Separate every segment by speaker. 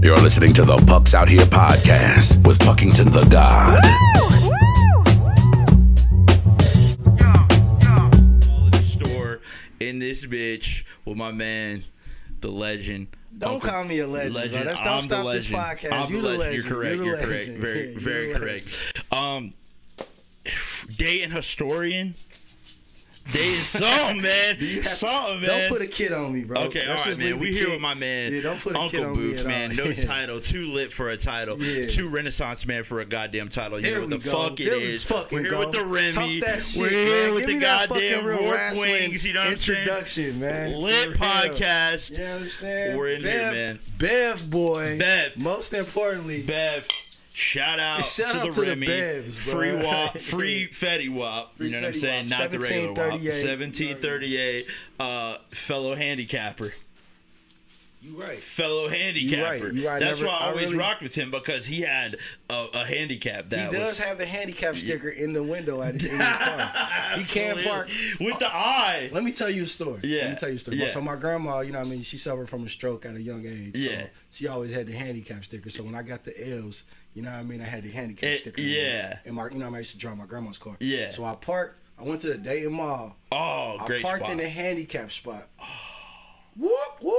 Speaker 1: You're listening to the Pucks Out Here podcast with Puckington the God.
Speaker 2: quality store in this bitch with my man, the legend.
Speaker 3: Don't
Speaker 2: Uncle-
Speaker 3: call me a legend, bro. That's- don't
Speaker 2: I'm the
Speaker 3: stop this
Speaker 2: legend.
Speaker 3: podcast.
Speaker 2: I'm the
Speaker 3: You
Speaker 2: legend.
Speaker 3: the legend.
Speaker 2: You're correct.
Speaker 3: You the
Speaker 2: You're correct.
Speaker 3: legend.
Speaker 2: Very,
Speaker 3: Yeah, you
Speaker 2: very
Speaker 3: the
Speaker 2: correct. Um, day and historian. Day and something, man. Something, man.
Speaker 3: Don't put a kid on me, bro.
Speaker 2: Okay,
Speaker 3: Let's
Speaker 2: all right,
Speaker 3: just leave
Speaker 2: man.
Speaker 3: the
Speaker 2: We here
Speaker 3: kid-
Speaker 2: with my man,
Speaker 3: Yeah, don't put a kid
Speaker 2: Uncle
Speaker 3: on me
Speaker 2: Booth,
Speaker 3: at
Speaker 2: man.
Speaker 3: all.
Speaker 2: No
Speaker 3: Yeah.
Speaker 2: title, too lit for a title,
Speaker 3: Yeah.
Speaker 2: too Renaissance man for a goddamn title. You
Speaker 3: There
Speaker 2: know what
Speaker 3: we
Speaker 2: the
Speaker 3: go.
Speaker 2: fuck it
Speaker 3: There we
Speaker 2: is.
Speaker 3: fucking
Speaker 2: We're here
Speaker 3: go.
Speaker 2: with the Remy.
Speaker 3: Talk that shit,
Speaker 2: We're here
Speaker 3: man.
Speaker 2: with
Speaker 3: Give
Speaker 2: the
Speaker 3: me that fucking
Speaker 2: goddamn
Speaker 3: real
Speaker 2: Warp
Speaker 3: wrestling
Speaker 2: Wings. You know what I'm saying?
Speaker 3: Introduction, man.
Speaker 2: Lit
Speaker 3: For real.
Speaker 2: podcast.
Speaker 3: You know what I'm saying?
Speaker 2: We're in
Speaker 3: Bev,
Speaker 2: here, man.
Speaker 3: Bev boy.
Speaker 2: Bev.
Speaker 3: Most importantly,
Speaker 2: Bev. Shout out
Speaker 3: Shout
Speaker 2: to
Speaker 3: out
Speaker 2: the
Speaker 3: to the
Speaker 2: Remy,
Speaker 3: Bevs, bro.
Speaker 2: free wop, free Fetty Wap. You
Speaker 3: Free
Speaker 2: know what I'm
Speaker 3: Fetty
Speaker 2: saying?
Speaker 3: Wap.
Speaker 2: Not the regular Wap. 1738.
Speaker 3: 1738.
Speaker 2: Uh, fellow handicapper.
Speaker 3: you right.
Speaker 2: fellow handicapper.
Speaker 3: right, you right.
Speaker 2: That's
Speaker 3: Never-
Speaker 2: why I,
Speaker 3: I
Speaker 2: always
Speaker 3: really-
Speaker 2: rocked with him because he had a, a handicap
Speaker 3: He
Speaker 2: that
Speaker 3: does
Speaker 2: was
Speaker 3: have the handicap sticker in the window at his, in his car. he can't park.
Speaker 2: with the eye.
Speaker 3: Let me tell you a story.
Speaker 2: Yeah,
Speaker 3: Let me tell you a story.
Speaker 2: yeah.
Speaker 3: So my grandma, you know, what I mean, she suffered from a stroke at a young age.
Speaker 2: Yeah.
Speaker 3: So she always had the handicap sticker. So when I got the L's, you know, what I mean, I had the handicap
Speaker 2: It-
Speaker 3: sticker.
Speaker 2: yeah.
Speaker 3: And my, you know, I used to drive my grandma's car.
Speaker 2: Yeah.
Speaker 3: So I parked. I went to the Dayton Mall.
Speaker 2: Oh, great
Speaker 3: I parked
Speaker 2: spot.
Speaker 3: in the handicap spot. whoop whoop!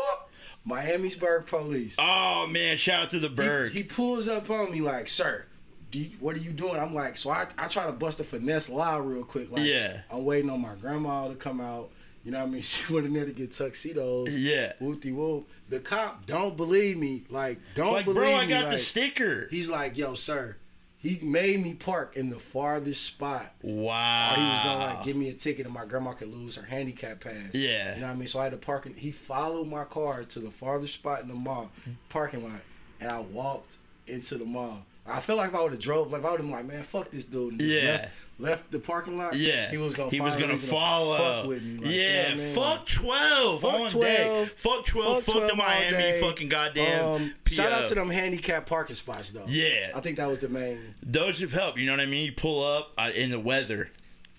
Speaker 3: Miamisburg police.
Speaker 2: oh man, shout out to the bird.
Speaker 3: He pulls up on me like, sir, do you- what are you doing? I'm like, so I, I try to bust a finesse lie real quick. Like,
Speaker 2: Yeah.
Speaker 3: I'm waiting on my grandma to come out. You know what I mean? She went in there to get tuxedos.
Speaker 2: Yeah.
Speaker 3: Whoopty whoop. The cop don't believe me. Like, don't
Speaker 2: like,
Speaker 3: believe
Speaker 2: bro,
Speaker 3: me.
Speaker 2: I got the
Speaker 3: like,
Speaker 2: sticker.
Speaker 3: He's like, yo, sir, he made me park in the farthest spot.
Speaker 2: wow.
Speaker 3: Oh, He was gonna like give me a ticket and my grandma could lose her handicap pass.
Speaker 2: Yeah.
Speaker 3: You know what I mean? So I had to park in he followed my car to the farthest spot in the mall parking lot and I walked into the mall. I feel like if I would have drove, like if I would have been like, man, fuck this dude. and just
Speaker 2: Yeah.
Speaker 3: Left, left the parking lot.
Speaker 2: yeah,
Speaker 3: He was gonna.
Speaker 2: He was
Speaker 3: find a
Speaker 2: gonna
Speaker 3: reason to
Speaker 2: follow.
Speaker 3: Fuck with me. like, you know
Speaker 2: yeah,
Speaker 3: what I mean?
Speaker 2: fuck twelve
Speaker 3: Fuck
Speaker 2: on
Speaker 3: 12,
Speaker 2: day. Fuck twelve. Fuck, the
Speaker 3: 12 all
Speaker 2: Miami.
Speaker 3: day.
Speaker 2: Fucking goddamn.
Speaker 3: Um,
Speaker 2: PO.
Speaker 3: shout out to them handicapped parking spots though.
Speaker 2: Yeah.
Speaker 3: I think that was the main.
Speaker 2: those have helped. You know what I mean? You pull up uh, in the weather.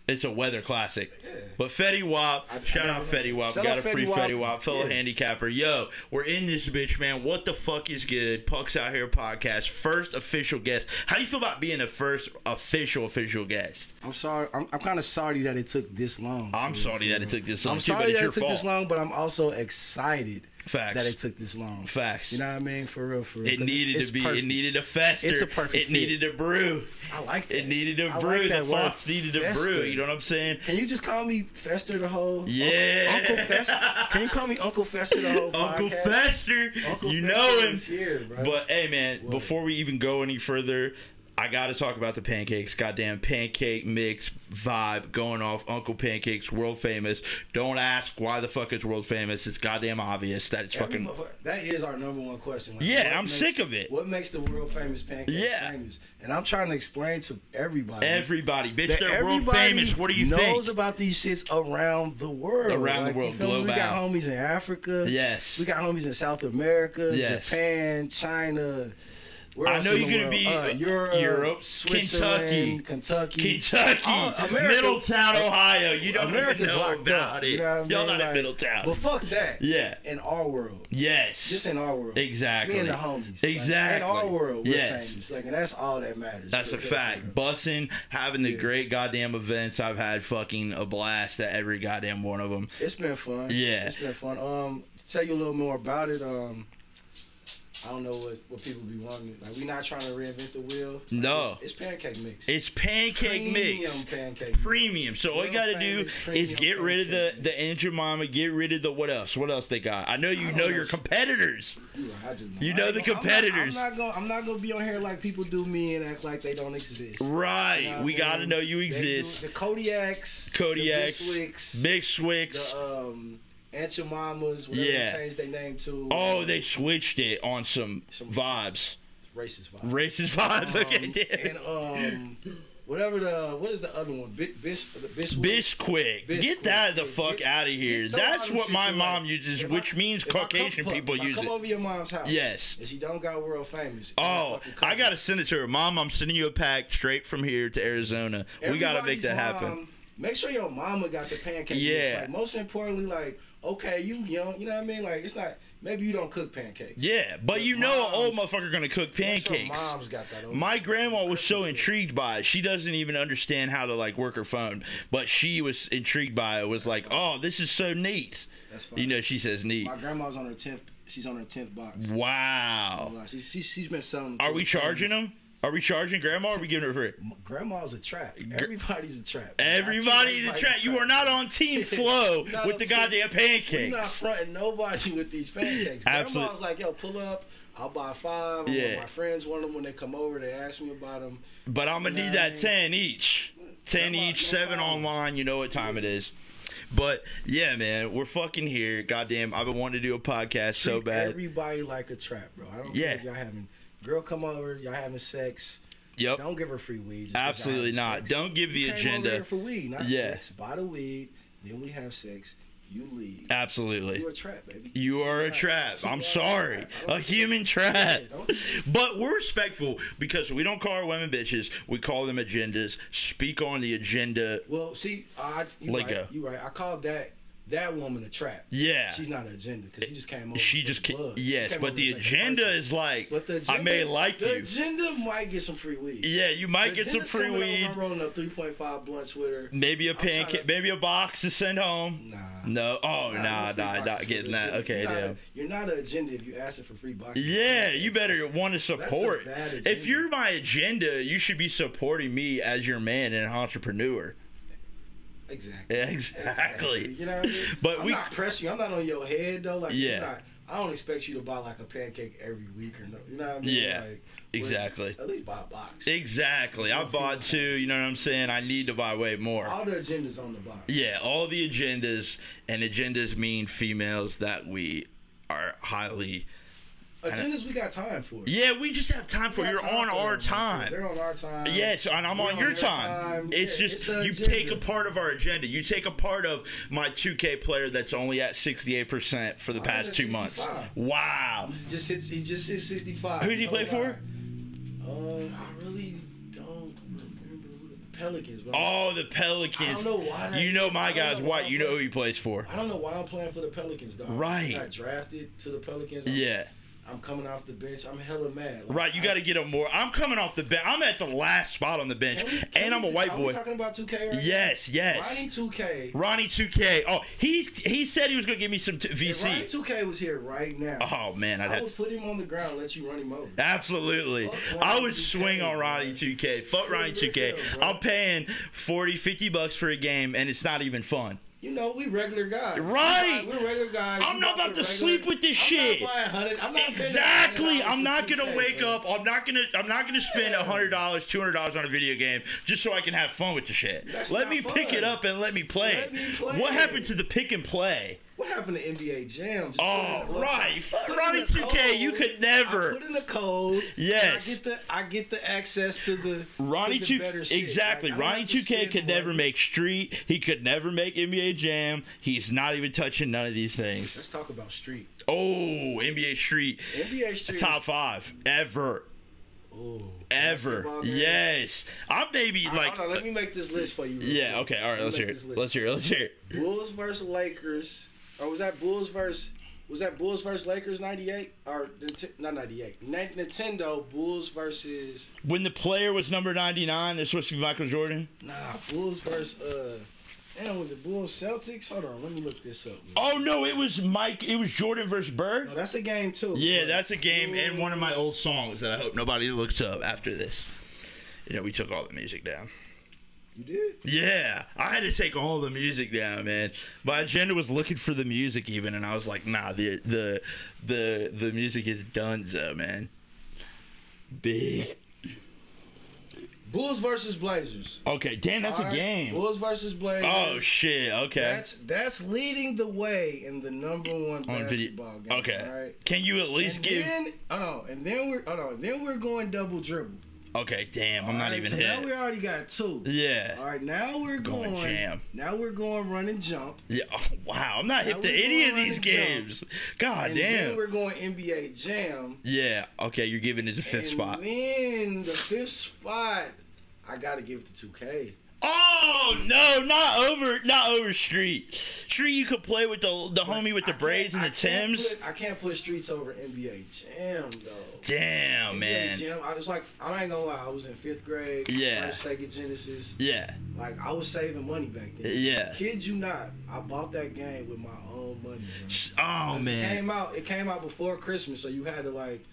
Speaker 2: It's a weather classic. But Fetty Wap,
Speaker 3: I- I
Speaker 2: shout
Speaker 3: know,
Speaker 2: out
Speaker 3: I know.
Speaker 2: Fetty Wap.
Speaker 3: Shout
Speaker 2: Got a
Speaker 3: out
Speaker 2: free
Speaker 3: Fetty Wap.
Speaker 2: Fetty Wap, fellow
Speaker 3: Yeah.
Speaker 2: handicapper. Yo, we're in this bitch, man. What the fuck is good? Pucks Out Here podcast. First official guest. How do you feel about being the first official, official guest?
Speaker 3: I'm sorry. I'm, I'm kind of sorry that it took this long.
Speaker 2: I'm
Speaker 3: for-
Speaker 2: sorry that it took this long.
Speaker 3: Mm-hmm. I'm
Speaker 2: too, but
Speaker 3: sorry
Speaker 2: it's
Speaker 3: that
Speaker 2: your
Speaker 3: it took
Speaker 2: fault.
Speaker 3: this long, but I'm also excited
Speaker 2: Facts.
Speaker 3: that it took this long.
Speaker 2: Facts.
Speaker 3: You know what I mean? For real, for real.
Speaker 2: It
Speaker 3: 'Cause it's-
Speaker 2: needed
Speaker 3: it's
Speaker 2: to be.
Speaker 3: perfect.
Speaker 2: It needed a fester.
Speaker 3: It's a perfect
Speaker 2: It
Speaker 3: fit.
Speaker 2: needed a brew.
Speaker 3: I like that.
Speaker 2: It needed
Speaker 3: I
Speaker 2: a
Speaker 3: like
Speaker 2: brew.
Speaker 3: that
Speaker 2: the
Speaker 3: word,
Speaker 2: Fox needed a brew.
Speaker 3: fester.
Speaker 2: You know what I'm saying?
Speaker 3: Can you just call me Fester the whole?
Speaker 2: Yeah.
Speaker 3: Uncle Fester. Can you call me Uncle Fester the whole?
Speaker 2: Uncle
Speaker 3: podcast?
Speaker 2: Fester.
Speaker 3: Uncle
Speaker 2: you
Speaker 3: Fester
Speaker 2: know him.
Speaker 3: is here, bro.
Speaker 2: But hey, man, before we even go any further, I got to talk about the pancakes. Goddamn pancake mix vibe going off. Uncle Pancakes, world famous. Don't ask why the fuck it's world famous. It's goddamn obvious that it's
Speaker 3: Every
Speaker 2: fucking.
Speaker 3: motherfucker- That is our number one question. Like,
Speaker 2: Yeah,
Speaker 3: what
Speaker 2: I'm
Speaker 3: makes-
Speaker 2: sick of it.
Speaker 3: What makes the world famous pancakes
Speaker 2: Yeah.
Speaker 3: famous? And I'm trying to explain to everybody.
Speaker 2: Everybody, bitch,
Speaker 3: that
Speaker 2: they're world
Speaker 3: everybody
Speaker 2: famous. What do you
Speaker 3: knows
Speaker 2: think?
Speaker 3: about these shits around the world.
Speaker 2: Around the
Speaker 3: Like, you
Speaker 2: world,
Speaker 3: feel me?
Speaker 2: global.
Speaker 3: We got homies in Africa.
Speaker 2: Yes.
Speaker 3: We got homies in South America,
Speaker 2: Yes.
Speaker 3: Japan, China. Where
Speaker 2: I
Speaker 3: else
Speaker 2: know
Speaker 3: in
Speaker 2: you're
Speaker 3: the
Speaker 2: gonna
Speaker 3: world?
Speaker 2: be,
Speaker 3: Uh,
Speaker 2: uh,
Speaker 3: Europe,
Speaker 2: Europe,
Speaker 3: Switzerland, Kentucky,
Speaker 2: Kentucky,
Speaker 3: All- Uh, America-
Speaker 2: Middletown, Ohio. You don't
Speaker 3: America's
Speaker 2: even know
Speaker 3: locked
Speaker 2: about
Speaker 3: up.
Speaker 2: it.
Speaker 3: You know what I mean?
Speaker 2: all not in
Speaker 3: Like,
Speaker 2: Middletown.
Speaker 3: But fuck that.
Speaker 2: Yeah.
Speaker 3: In our world.
Speaker 2: yes.
Speaker 3: Just in our world.
Speaker 2: Exactly.
Speaker 3: Me and the homies.
Speaker 2: Exactly.
Speaker 3: Like, in our world, we're
Speaker 2: Yes.
Speaker 3: famous. Like, and that's all that matters.
Speaker 2: That's a
Speaker 3: For real, for
Speaker 2: fact.
Speaker 3: real.
Speaker 2: Bussing, having the great goddamn events. I've had fucking a blast at every goddamn one of them.
Speaker 3: It's been fun.
Speaker 2: Yeah.
Speaker 3: It's been fun. Um, to tell you a little more about it, um, I don't know what, what people be wanting. Like, we're not trying to reinvent the wheel. Like,
Speaker 2: No.
Speaker 3: It's, it's pancake mix.
Speaker 2: It's pancake
Speaker 3: Premium
Speaker 2: mix.
Speaker 3: pancake mix.
Speaker 2: Premium. So all you
Speaker 3: Real
Speaker 2: gotta do
Speaker 3: famous
Speaker 2: is
Speaker 3: premium
Speaker 2: get rid of the
Speaker 3: pancake
Speaker 2: the Aunt Jemima. Get rid of the what else? What else they got? I know you
Speaker 3: don't
Speaker 2: know
Speaker 3: know.
Speaker 2: your competitors.
Speaker 3: You right, I just
Speaker 2: You
Speaker 3: I
Speaker 2: know
Speaker 3: ain't
Speaker 2: the
Speaker 3: gonna- I'm not-
Speaker 2: competitors.
Speaker 3: I'm not, gonna. I'm not gonna be on here like people do me and act like they don't exist.
Speaker 2: Right.
Speaker 3: You know what
Speaker 2: we
Speaker 3: I
Speaker 2: gotta
Speaker 3: mean?
Speaker 2: know you
Speaker 3: They do-
Speaker 2: exist.
Speaker 3: The Kodiaks,
Speaker 2: Kodiaks,
Speaker 3: the Biswicks,
Speaker 2: Big Swix.
Speaker 3: the um, Aunt Your Mamas, whatever
Speaker 2: Yeah.
Speaker 3: they changed their name to.
Speaker 2: oh, they switched it on some,
Speaker 3: Some-
Speaker 2: vibes,
Speaker 3: racist vibe.
Speaker 2: racist vibes.
Speaker 3: Um,
Speaker 2: okay, damn.
Speaker 3: and um, whatever the what is the other one? Bi- Bish, the Bish.
Speaker 2: Bisquick. Get
Speaker 3: Bisquick.
Speaker 2: that the
Speaker 3: Get-
Speaker 2: fuck
Speaker 3: get-
Speaker 2: out of here.
Speaker 3: get those
Speaker 2: That's
Speaker 3: other
Speaker 2: what my
Speaker 3: shits away.
Speaker 2: mom uses,
Speaker 3: If I-
Speaker 2: which means
Speaker 3: if I come-
Speaker 2: Caucasian
Speaker 3: look,
Speaker 2: people
Speaker 3: if I
Speaker 2: use
Speaker 3: come
Speaker 2: it.
Speaker 3: over your mom's house.
Speaker 2: Yes.
Speaker 3: And she don't got world famous.
Speaker 2: Oh, I gotta send it to her. Mom, I'm sending you a pack straight from here to Arizona. we gotta make that happen.
Speaker 3: Make sure your mama got the pancake mix.
Speaker 2: Yeah.
Speaker 3: Like most importantly, like okay, you young, you know what I mean? Like it's not maybe you don't cook pancakes.
Speaker 2: Yeah, but you know an old
Speaker 3: moms-
Speaker 2: motherfucker gonna cook
Speaker 3: Once your
Speaker 2: pancakes.
Speaker 3: mom's got that. old-
Speaker 2: My grandma was so
Speaker 3: Christmas dinner.
Speaker 2: intrigued by it. She doesn't even understand how to like work her phone, but she was intrigued by it. Was like, "Oh, this is so neat."
Speaker 3: That's fine.
Speaker 2: You know, she says neat.
Speaker 3: My grandma's on her tenth. She's on her tenth box.
Speaker 2: Wow.
Speaker 3: Like, Oh, She, she, she's been selling.
Speaker 2: Are we charging them? Are we charging grandma? Or are we giving her free?
Speaker 3: Grandma's a trap. Everybody's a trap.
Speaker 2: Everybody's a trap. You are not on team flow
Speaker 3: Not
Speaker 2: with
Speaker 3: on
Speaker 2: the
Speaker 3: team-
Speaker 2: goddamn
Speaker 3: You're not
Speaker 2: pancakes.
Speaker 3: fronting nobody with these pancakes.
Speaker 2: Absolute-
Speaker 3: Grandma's like, yo, pull up. I'll buy five. I
Speaker 2: Yeah.
Speaker 3: want my friends want them when they come over. They ask me about them.
Speaker 2: But I'm gonna need that
Speaker 3: Nine.
Speaker 2: ten each, ten
Speaker 3: Grandma-
Speaker 2: each, seven
Speaker 3: grandma-
Speaker 2: online. You know what time it is. But yeah, man, we're fucking here. Goddamn, I've been wanting to do a podcast so
Speaker 3: Treat
Speaker 2: bad.
Speaker 3: Everybody like a trap, bro. I don't
Speaker 2: Yeah.
Speaker 3: care if y'all having girl come over. Y'all having sex.
Speaker 2: Yep.
Speaker 3: Don't give her free weed. just 'cause y'all
Speaker 2: Oh. Absolutely
Speaker 3: having
Speaker 2: not.
Speaker 3: sex.
Speaker 2: Don't give the
Speaker 3: You came over
Speaker 2: agenda.
Speaker 3: here for weed, not
Speaker 2: Yeah.
Speaker 3: sex. Buy the weed, then we have sex. You leave.
Speaker 2: Absolutely.
Speaker 3: You a trap, baby.
Speaker 2: You are a trap. I'm
Speaker 3: You are
Speaker 2: sorry.
Speaker 3: trap. I
Speaker 2: A
Speaker 3: don't care.
Speaker 2: human trap.
Speaker 3: don't-
Speaker 2: But we're respectful because we don't call our women bitches. We call them agendas. Speak on the agenda.
Speaker 3: Well, see, I you
Speaker 2: Let
Speaker 3: right.
Speaker 2: go.
Speaker 3: You right. I called that that woman a trap.
Speaker 2: Yeah.
Speaker 3: she's not an agenda because she just came over.
Speaker 2: She
Speaker 3: for
Speaker 2: just
Speaker 3: the
Speaker 2: can
Speaker 3: bug. She
Speaker 2: Yes,
Speaker 3: came
Speaker 2: but
Speaker 3: over
Speaker 2: the
Speaker 3: to take a
Speaker 2: agenda
Speaker 3: picture.
Speaker 2: is like
Speaker 3: But the agenda,
Speaker 2: I may like
Speaker 3: the
Speaker 2: you.
Speaker 3: agenda might get some free weed.
Speaker 2: Yeah, you might get some
Speaker 3: Agenda's
Speaker 2: free
Speaker 3: coming over,
Speaker 2: weed.
Speaker 3: I'm rolling up 3.5 blunts with her.
Speaker 2: Maybe a
Speaker 3: I'm trying
Speaker 2: pancake.
Speaker 3: to-
Speaker 2: Maybe a box to send home.
Speaker 3: Nah.
Speaker 2: No. Oh, nah,
Speaker 3: I want
Speaker 2: nah,
Speaker 3: free boxes
Speaker 2: not
Speaker 3: for
Speaker 2: getting
Speaker 3: the
Speaker 2: that.
Speaker 3: agenda.
Speaker 2: Okay,
Speaker 3: you're
Speaker 2: damn.
Speaker 3: Not a, you're not an agenda if you asking for free boxes.
Speaker 2: Yeah, you better want to
Speaker 3: a
Speaker 2: support.
Speaker 3: bad agenda.
Speaker 2: If you're my agenda, you should be supporting me as your man and an entrepreneur.
Speaker 3: Exactly.
Speaker 2: Exactly.
Speaker 3: You know what I mean?
Speaker 2: But
Speaker 3: I'm
Speaker 2: we-
Speaker 3: not pressing you. I'm not on your head though. Like
Speaker 2: Yeah.
Speaker 3: yeah. not, I don't expect you to buy like a pancake every week or no. You know what I mean?
Speaker 2: Yeah,
Speaker 3: Like,
Speaker 2: exactly.
Speaker 3: At least buy a box.
Speaker 2: Exactly. I bought two. You know what I'm saying? I need to buy way more.
Speaker 3: All the agendas on the box.
Speaker 2: Yeah, all the agendas and agendas mean females that we are highly.
Speaker 3: Agendas we got time for.
Speaker 2: Yeah, we just have time for.
Speaker 3: We got
Speaker 2: You're
Speaker 3: time
Speaker 2: on
Speaker 3: for
Speaker 2: our
Speaker 3: them, man.
Speaker 2: time.
Speaker 3: They're on our time.
Speaker 2: Yes, and I'm
Speaker 3: We're
Speaker 2: on your
Speaker 3: their
Speaker 2: time. It's
Speaker 3: Yeah,
Speaker 2: just
Speaker 3: an
Speaker 2: you
Speaker 3: agenda.
Speaker 2: take a part of our agenda. You take a part of my 2K player that's only at 68% for the
Speaker 3: I'm
Speaker 2: past
Speaker 3: at
Speaker 2: two months.
Speaker 3: 65.
Speaker 2: Wow.
Speaker 3: He just hits. He just hit 65.
Speaker 2: Who'd he
Speaker 3: No
Speaker 2: play
Speaker 3: lie.
Speaker 2: for?
Speaker 3: Um, I really don't remember who the Pelicans. But
Speaker 2: Oh, the Pelicans.
Speaker 3: I don't know why that
Speaker 2: you know
Speaker 3: is.
Speaker 2: my
Speaker 3: I don't
Speaker 2: guy's
Speaker 3: know
Speaker 2: white.
Speaker 3: why
Speaker 2: You know
Speaker 3: that-
Speaker 2: who he plays for.
Speaker 3: I don't know why I'm playing for the Pelicans, though.
Speaker 2: Right.
Speaker 3: I got drafted to the Pelicans. I'm-
Speaker 2: Yeah.
Speaker 3: I'm coming off the bench. I'm hella mad. Like,
Speaker 2: Right, you
Speaker 3: I-
Speaker 2: got to get him more. I'm coming off the bench. I'm at the last spot on the bench,
Speaker 3: Can we- can
Speaker 2: and I'm
Speaker 3: we-
Speaker 2: a white
Speaker 3: are we
Speaker 2: boy.
Speaker 3: talking about 2K right now?
Speaker 2: Yes, yes.
Speaker 3: Ronnie 2K.
Speaker 2: Ronnie 2K. Oh, he he said he was gonna give me some t-
Speaker 3: If Ronnie
Speaker 2: VC.
Speaker 3: 2K was here right now.
Speaker 2: Oh man, I'd
Speaker 3: I
Speaker 2: have
Speaker 3: would put him on the ground and let you run him over.
Speaker 2: Absolutely.
Speaker 3: Fuck
Speaker 2: I
Speaker 3: Ronnie
Speaker 2: would
Speaker 3: 2K,
Speaker 2: swing on
Speaker 3: bro.
Speaker 2: Ronnie 2K. Fuck
Speaker 3: For
Speaker 2: Ronnie 2K.
Speaker 3: real, bro.
Speaker 2: I'm paying 40, 50 bucks for a game and it's not even fun.
Speaker 3: You know, we regular guys.
Speaker 2: Right.
Speaker 3: We're regular guys.
Speaker 2: I'm
Speaker 3: You
Speaker 2: not
Speaker 3: got
Speaker 2: about
Speaker 3: the
Speaker 2: to
Speaker 3: regular-
Speaker 2: sleep with this
Speaker 3: I'm
Speaker 2: shit.
Speaker 3: Not buying 100 I'm not spending
Speaker 2: Exactly.
Speaker 3: $100
Speaker 2: I'm
Speaker 3: for
Speaker 2: not gonna
Speaker 3: 2K,
Speaker 2: wake
Speaker 3: bro.
Speaker 2: up. I'm not gonna. I'm not gonna spend
Speaker 3: Yeah.
Speaker 2: hundred dollars, two hundred dollars on a video game just so I can have fun with the shit.
Speaker 3: That's
Speaker 2: let
Speaker 3: not
Speaker 2: me pick
Speaker 3: fun.
Speaker 2: it up and let me play.
Speaker 3: Let me play.
Speaker 2: What happened to the pick and play?
Speaker 3: What happened to NBA Jam? Just
Speaker 2: Oh,
Speaker 3: put in the-
Speaker 2: right. Fuck
Speaker 3: put in
Speaker 2: Ronnie
Speaker 3: the
Speaker 2: 2K, you
Speaker 3: code.
Speaker 2: could never.
Speaker 3: I put in a code.
Speaker 2: Yes.
Speaker 3: and I get the I get the access to the
Speaker 2: Ronnie
Speaker 3: to the
Speaker 2: two
Speaker 3: better shit.
Speaker 2: exactly.
Speaker 3: Like, I don't
Speaker 2: Ronnie
Speaker 3: have to
Speaker 2: two K
Speaker 3: spend
Speaker 2: could never
Speaker 3: money.
Speaker 2: make street. He could never make NBA Jam. He's not even touching none of these things.
Speaker 3: Let's talk about Street.
Speaker 2: Oh, NBA Street,
Speaker 3: NBA Street.
Speaker 2: top five ever,
Speaker 3: Ooh,
Speaker 2: ever.
Speaker 3: basketball games.
Speaker 2: Yes, I'm maybe
Speaker 3: I-
Speaker 2: like
Speaker 3: hold on, let me make this list for you. real
Speaker 2: yeah.
Speaker 3: quick.
Speaker 2: Okay, all right.
Speaker 3: Let
Speaker 2: Let's
Speaker 3: me
Speaker 2: hear
Speaker 3: make
Speaker 2: it.
Speaker 3: this list.
Speaker 2: Let's hear it. Let's hear it.
Speaker 3: Bulls versus Lakers, or was that Bulls versus? Was that Bulls versus Lakers '98 or Nint- not '98? Nintendo Bulls versus
Speaker 2: When the player was number ninety nine, it's supposed to be Michael Jordan.
Speaker 3: Nah Bulls versus uh, damn was it Bulls Celtics? Hold on, let me look this up. man.
Speaker 2: Oh no, it was Mike. It was Jordan versus Bird.
Speaker 3: No, that's a game too.
Speaker 2: Yeah,
Speaker 3: but-
Speaker 2: that's a game and one of my
Speaker 3: Bulls-
Speaker 2: old songs that I hope nobody looks up after this. You know, we took all the music down.
Speaker 3: You did?
Speaker 2: Yeah, I had to take all the music down, man. My agenda was looking for the music even, and I was like, nah, the the the the music is donezo, man. Big.
Speaker 3: Bulls versus Blazers.
Speaker 2: Okay, damn, that's
Speaker 3: All
Speaker 2: a
Speaker 3: right,
Speaker 2: game.
Speaker 3: Bulls versus Blazers.
Speaker 2: Oh shit. Okay.
Speaker 3: That's that's leading the way in the number one
Speaker 2: On video-
Speaker 3: basketball game.
Speaker 2: Okay.
Speaker 3: All right.
Speaker 2: Can you at least
Speaker 3: And
Speaker 2: give?
Speaker 3: then, oh no, and then we're oh no, then we're going double dribble.
Speaker 2: Okay, damn, I'm not
Speaker 3: All right,
Speaker 2: even
Speaker 3: so Now we
Speaker 2: hit.
Speaker 3: already got two. All
Speaker 2: Yeah.
Speaker 3: right, now we're
Speaker 2: Going
Speaker 3: going.
Speaker 2: jam.
Speaker 3: Now we're going run and jump.
Speaker 2: Yeah. oh, wow, I'm not hit
Speaker 3: Now
Speaker 2: to
Speaker 3: we
Speaker 2: any of
Speaker 3: going
Speaker 2: these
Speaker 3: to jump.
Speaker 2: games. God
Speaker 3: And then we're
Speaker 2: damn.
Speaker 3: going NBA jam.
Speaker 2: Yeah. Okay, you're giving it the fifth
Speaker 3: and
Speaker 2: spot.
Speaker 3: then the fifth spot, I gotta give it to 2K.
Speaker 2: Oh no, not over, not over street. Street, you could play with the the homie with the
Speaker 3: I can't-
Speaker 2: braids and
Speaker 3: I
Speaker 2: the
Speaker 3: can't
Speaker 2: Tims.
Speaker 3: put- I can't put streets over NBA Jam though.
Speaker 2: Damn,
Speaker 3: NBA
Speaker 2: man.
Speaker 3: Jam, I was like, I ain't gonna lie, I was in fifth grade.
Speaker 2: Yeah.
Speaker 3: First Sega Genesis.
Speaker 2: Yeah,
Speaker 3: Like I was saving money back then.
Speaker 2: Yeah.
Speaker 3: Kid you not, I bought that game with my own money. bro.
Speaker 2: S- oh
Speaker 3: It
Speaker 2: man,
Speaker 3: came out. It came out before Christmas, so you had to like,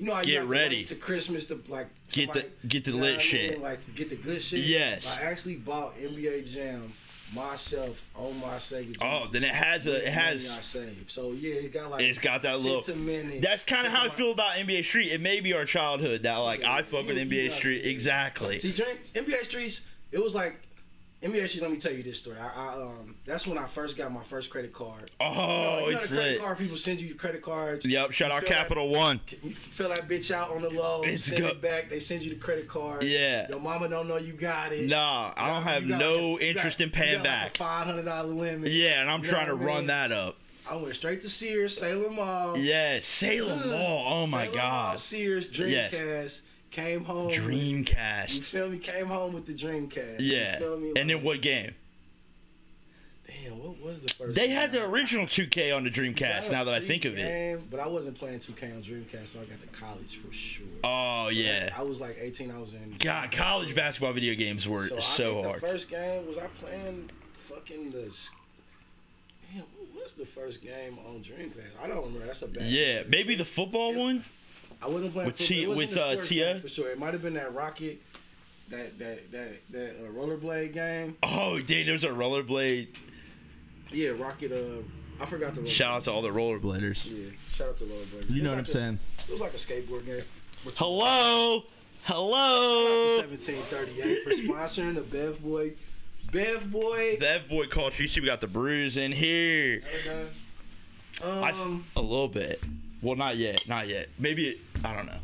Speaker 3: you know, how you
Speaker 2: Get
Speaker 3: have to
Speaker 2: ready.
Speaker 3: wait to Christmas to like
Speaker 2: Get the- get the
Speaker 3: you know
Speaker 2: lit
Speaker 3: what I mean?
Speaker 2: shit.
Speaker 3: like to get the good shit.
Speaker 2: Yes.
Speaker 3: I actually bought NBA Jam myself on my Sega.
Speaker 2: Oh,
Speaker 3: Genesis
Speaker 2: then it has a-
Speaker 3: with
Speaker 2: it
Speaker 3: the
Speaker 2: has-
Speaker 3: money I saved. So yeah, it got like
Speaker 2: it's got that look.
Speaker 3: sentiment.
Speaker 2: That's kind of how I
Speaker 3: Sentiment.
Speaker 2: feel about NBA Street. It may be our childhood that like I fuck with
Speaker 3: Yeah,
Speaker 2: NBA
Speaker 3: yeah.
Speaker 2: Street exactly.
Speaker 3: See, Drake, NBA Streets, it was like NBA Streets. Let me tell you this story. I, I um, that's when I first got my first credit card.
Speaker 2: Oh,
Speaker 3: you know,
Speaker 2: it's
Speaker 3: the credit
Speaker 2: lit.
Speaker 3: card people send you your credit cards.
Speaker 2: Yep, shout
Speaker 3: You
Speaker 2: out
Speaker 3: feel that-
Speaker 2: Capital One.
Speaker 3: You fill that bitch out on the low,
Speaker 2: It's
Speaker 3: send
Speaker 2: go-
Speaker 3: it back. They send you the credit card.
Speaker 2: Yeah.
Speaker 3: your mama don't know you got it.
Speaker 2: Nah, I don't have
Speaker 3: You got
Speaker 2: no
Speaker 3: like a- you
Speaker 2: interest
Speaker 3: got-
Speaker 2: in paying
Speaker 3: you got
Speaker 2: back.
Speaker 3: Like Five hundred dollar limit.
Speaker 2: Yeah, and I'm
Speaker 3: You know
Speaker 2: trying to
Speaker 3: what I mean?
Speaker 2: run that up.
Speaker 3: I went straight to Sears, Salem Mall.
Speaker 2: Yeah, Salem
Speaker 3: Ugh.
Speaker 2: Mall. Oh my
Speaker 3: Salem Mall,
Speaker 2: God,
Speaker 3: Sears Dreamcast
Speaker 2: Yes.
Speaker 3: came home. You
Speaker 2: Dreamcast.
Speaker 3: feel me? Came home with the Dreamcast. You
Speaker 2: Yeah,
Speaker 3: feel me?
Speaker 2: and
Speaker 3: Like,
Speaker 2: then what game?
Speaker 3: Damn, what was the first?
Speaker 2: They
Speaker 3: game?
Speaker 2: had the original 2K on the
Speaker 3: Got
Speaker 2: Dreamcast.
Speaker 3: a
Speaker 2: Now that I
Speaker 3: free
Speaker 2: think of it.
Speaker 3: game, but I wasn't playing 2K on Dreamcast, so I got to college for sure.
Speaker 2: Oh yeah.
Speaker 3: I was like 18. I was in.
Speaker 2: God, college basketball video games were so,
Speaker 3: So, I think
Speaker 2: hard.
Speaker 3: the first game was I playing fucking the. s- Damn, what was the first game on Dreamcast? I don't remember. That's a bad.
Speaker 2: yeah, maybe the football one.
Speaker 3: I wasn't playing
Speaker 2: With
Speaker 3: football.
Speaker 2: T-
Speaker 3: It wasn't
Speaker 2: with,
Speaker 3: a
Speaker 2: uh,
Speaker 3: sports
Speaker 2: TF?
Speaker 3: game for sure. It might have been that rocket, that that that that uh, rollerblade game.
Speaker 2: Oh, dang, there's a rollerblade.
Speaker 3: Yeah, rocket. Uh, I forgot the. Roller
Speaker 2: Shout out to all the rollerbladers.
Speaker 3: Yeah, shout out to rollerblade.
Speaker 2: You know
Speaker 3: It was
Speaker 2: what I'm saying?
Speaker 3: like a- It was like a skateboard game. But you-
Speaker 2: Hello, hello.
Speaker 3: 1738 for sponsoring the Bev Boy. Bev Boy.
Speaker 2: That boy culture. You see, we got the brews in here. I th-
Speaker 3: Um,
Speaker 2: a little bit. Well, not yet. Not yet. Maybe it, I don't know.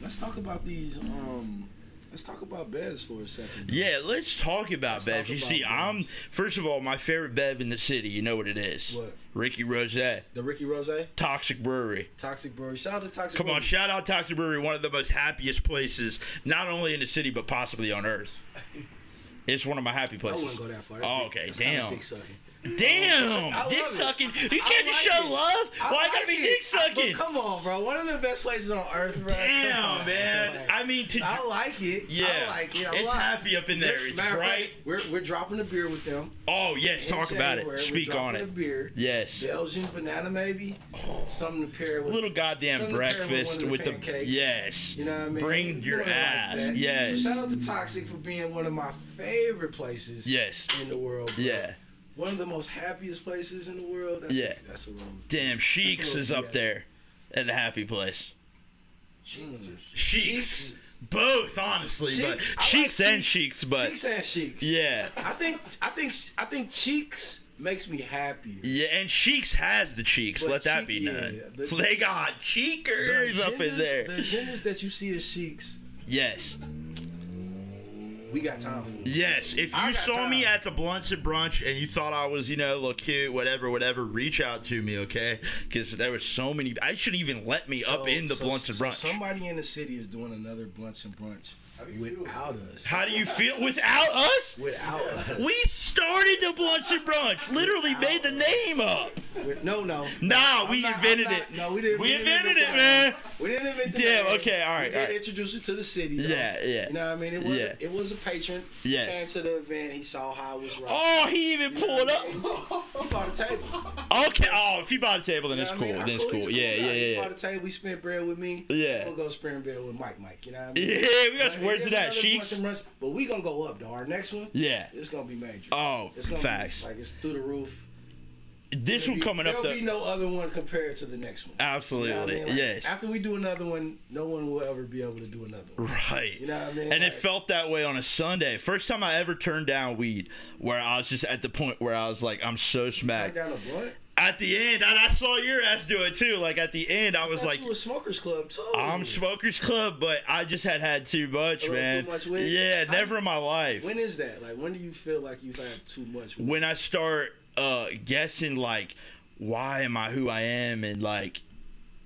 Speaker 3: let's talk about these. Um, let's talk about Bevs for a second.
Speaker 2: Yeah, let's talk about
Speaker 3: Let's
Speaker 2: Bev.
Speaker 3: talk
Speaker 2: you
Speaker 3: about
Speaker 2: see, I'm
Speaker 3: Bevs.
Speaker 2: first of all my favorite Bev in the city. You know what it is?
Speaker 3: What?
Speaker 2: Ricky Rose,
Speaker 3: The Ricky Rose,
Speaker 2: Toxic Brewery.
Speaker 3: Toxic Brewery. Shout out to Toxic
Speaker 2: Come on,
Speaker 3: Brewery.
Speaker 2: shout out Toxic Brewery, one of the most happiest places, not only in the city but possibly on earth. It's one of my happy
Speaker 3: I
Speaker 2: places.
Speaker 3: wouldn't go that far. That's
Speaker 2: Oh,
Speaker 3: big-
Speaker 2: okay,
Speaker 3: that's kinda
Speaker 2: damn,
Speaker 3: Dick sucking.
Speaker 2: damn,
Speaker 3: I love
Speaker 2: dick
Speaker 3: it.
Speaker 2: sucking. You
Speaker 3: I
Speaker 2: can't just
Speaker 3: like
Speaker 2: show love.
Speaker 3: it.
Speaker 2: Why I
Speaker 3: like
Speaker 2: gotta be
Speaker 3: it.
Speaker 2: dick
Speaker 3: I-
Speaker 2: sucking?
Speaker 3: But come on, bro. One of the best places on earth, bro. Come
Speaker 2: Damn,
Speaker 3: on,
Speaker 2: man. I
Speaker 3: Like,
Speaker 2: mean, to
Speaker 3: I like it.
Speaker 2: yeah,
Speaker 3: I like it. I
Speaker 2: it's
Speaker 3: like-
Speaker 2: happy up in there. It's
Speaker 3: Matter of fact,
Speaker 2: bright.
Speaker 3: We're, we're dropping a beer with them.
Speaker 2: Oh yes,
Speaker 3: in
Speaker 2: talk about
Speaker 3: January.
Speaker 2: it.
Speaker 3: We're
Speaker 2: Speak on
Speaker 3: dropping
Speaker 2: it.
Speaker 3: a beer.
Speaker 2: Yes.
Speaker 3: Belgian banana maybe. Something to pair with.
Speaker 2: Little goddamn
Speaker 3: something to pair
Speaker 2: breakfast
Speaker 3: one
Speaker 2: with
Speaker 3: of
Speaker 2: the,
Speaker 3: pancakes.
Speaker 2: yes.
Speaker 3: You know what I mean?
Speaker 2: Bring
Speaker 3: You
Speaker 2: your
Speaker 3: wanna like
Speaker 2: ass.
Speaker 3: that.
Speaker 2: yes.
Speaker 3: So shout out to Toxic for being one of my favorite places.
Speaker 2: Yes.
Speaker 3: In the world. bro.
Speaker 2: Yeah.
Speaker 3: One of the most happiest places in the world. That's
Speaker 2: Yeah.
Speaker 3: that's a little.
Speaker 2: Damn, Sheiks
Speaker 3: little
Speaker 2: is up
Speaker 3: BS.
Speaker 2: there at the happy place.
Speaker 3: Mm.
Speaker 2: Sheiks. Both, honestly, but
Speaker 3: I like
Speaker 2: Sheiks and Sheiks, but
Speaker 3: Cheeks and Sheiks.
Speaker 2: yeah.
Speaker 3: I think I think I think Cheeks makes me happy.
Speaker 2: Yeah, and Cheeks has the cheeks.
Speaker 3: But
Speaker 2: Let that
Speaker 3: Cheek-
Speaker 2: be
Speaker 3: yeah,
Speaker 2: known.
Speaker 3: the-
Speaker 2: they got cheekers up in there.
Speaker 3: The genders that you see as Sheiks,
Speaker 2: yes,
Speaker 3: we got time for.
Speaker 2: yes. If
Speaker 3: I
Speaker 2: you
Speaker 3: got
Speaker 2: saw me
Speaker 3: time.
Speaker 2: at the blunts and brunch and you thought I was, you know, a little cute, whatever, whatever, reach out to me, okay? Because there were so many. I shouldn't even let me up in the blunts and
Speaker 3: so
Speaker 2: brunch.
Speaker 3: somebody in the city is doing another blunts and brunch without us.
Speaker 2: How do you feel without us?
Speaker 3: without us.
Speaker 2: We started the blunts and brunch. Literally made the name up.
Speaker 3: With- no, no.
Speaker 2: Nah,
Speaker 3: I'm
Speaker 2: we
Speaker 3: not- I'm
Speaker 2: invented
Speaker 3: not-
Speaker 2: it.
Speaker 3: No, we didn't.
Speaker 2: We
Speaker 3: didn't
Speaker 2: invented
Speaker 3: invent
Speaker 2: it,
Speaker 3: that.
Speaker 2: man.
Speaker 3: We didn't invent the
Speaker 2: Damn,
Speaker 3: name.
Speaker 2: okay, all right,
Speaker 3: We did
Speaker 2: all right.
Speaker 3: introduce it to the city. though.
Speaker 2: Yeah, yeah.
Speaker 3: You know what I mean? It was.
Speaker 2: Yeah.
Speaker 3: It was a patron.
Speaker 2: Yes.
Speaker 3: He came to the event. He saw how it was right.
Speaker 2: Oh, he even pulled up.
Speaker 3: He bought a table. You know
Speaker 2: Okay. Oh, if you buy the table, then it's
Speaker 3: what I
Speaker 2: cool.
Speaker 3: mean?
Speaker 2: Then it's
Speaker 3: He's
Speaker 2: cool. Yeah,
Speaker 3: guy.
Speaker 2: yeah,
Speaker 3: He
Speaker 2: yeah.
Speaker 3: bought a table. He spent bread with me.
Speaker 2: Yeah.
Speaker 3: We'll go spend bread with Mike. Mike. You know what I mean?
Speaker 2: Yeah, we got some
Speaker 3: But it
Speaker 2: words
Speaker 3: is
Speaker 2: to that.
Speaker 3: another
Speaker 2: Sheeks.
Speaker 3: Brunch and Brunch, But we gonna go up though. Our next one.
Speaker 2: Yeah.
Speaker 3: It's gonna be major.
Speaker 2: Oh,
Speaker 3: It's gonna
Speaker 2: facts.
Speaker 3: Be, like it's through the roof.
Speaker 2: This one coming
Speaker 3: There'll
Speaker 2: up
Speaker 3: be
Speaker 2: the
Speaker 3: no other one compared to the next one. You know what I
Speaker 2: absolutely
Speaker 3: mean? Like,
Speaker 2: yes
Speaker 3: After we do another one, no one will ever be able to do another one.
Speaker 2: right.
Speaker 3: You know what I mean?
Speaker 2: And it
Speaker 3: Like-
Speaker 2: felt that way on a Sunday. First time I ever turned down weed, where I was just at the point where I was like, I'm so
Speaker 3: Back
Speaker 2: smacked.
Speaker 3: down a blunt.
Speaker 2: At the end, and I saw your ass do it too. Like at the end, I was
Speaker 3: That's
Speaker 2: like,
Speaker 3: you a smokers club too.
Speaker 2: I'm smokers club, but I just had had too much,
Speaker 3: little
Speaker 2: man.
Speaker 3: too much weed?
Speaker 2: Yeah,
Speaker 3: How
Speaker 2: never
Speaker 3: you-
Speaker 2: in my life.
Speaker 3: When is that? Like when do you feel like you've had too much?
Speaker 2: when I start uh guessing like why am I who I am and like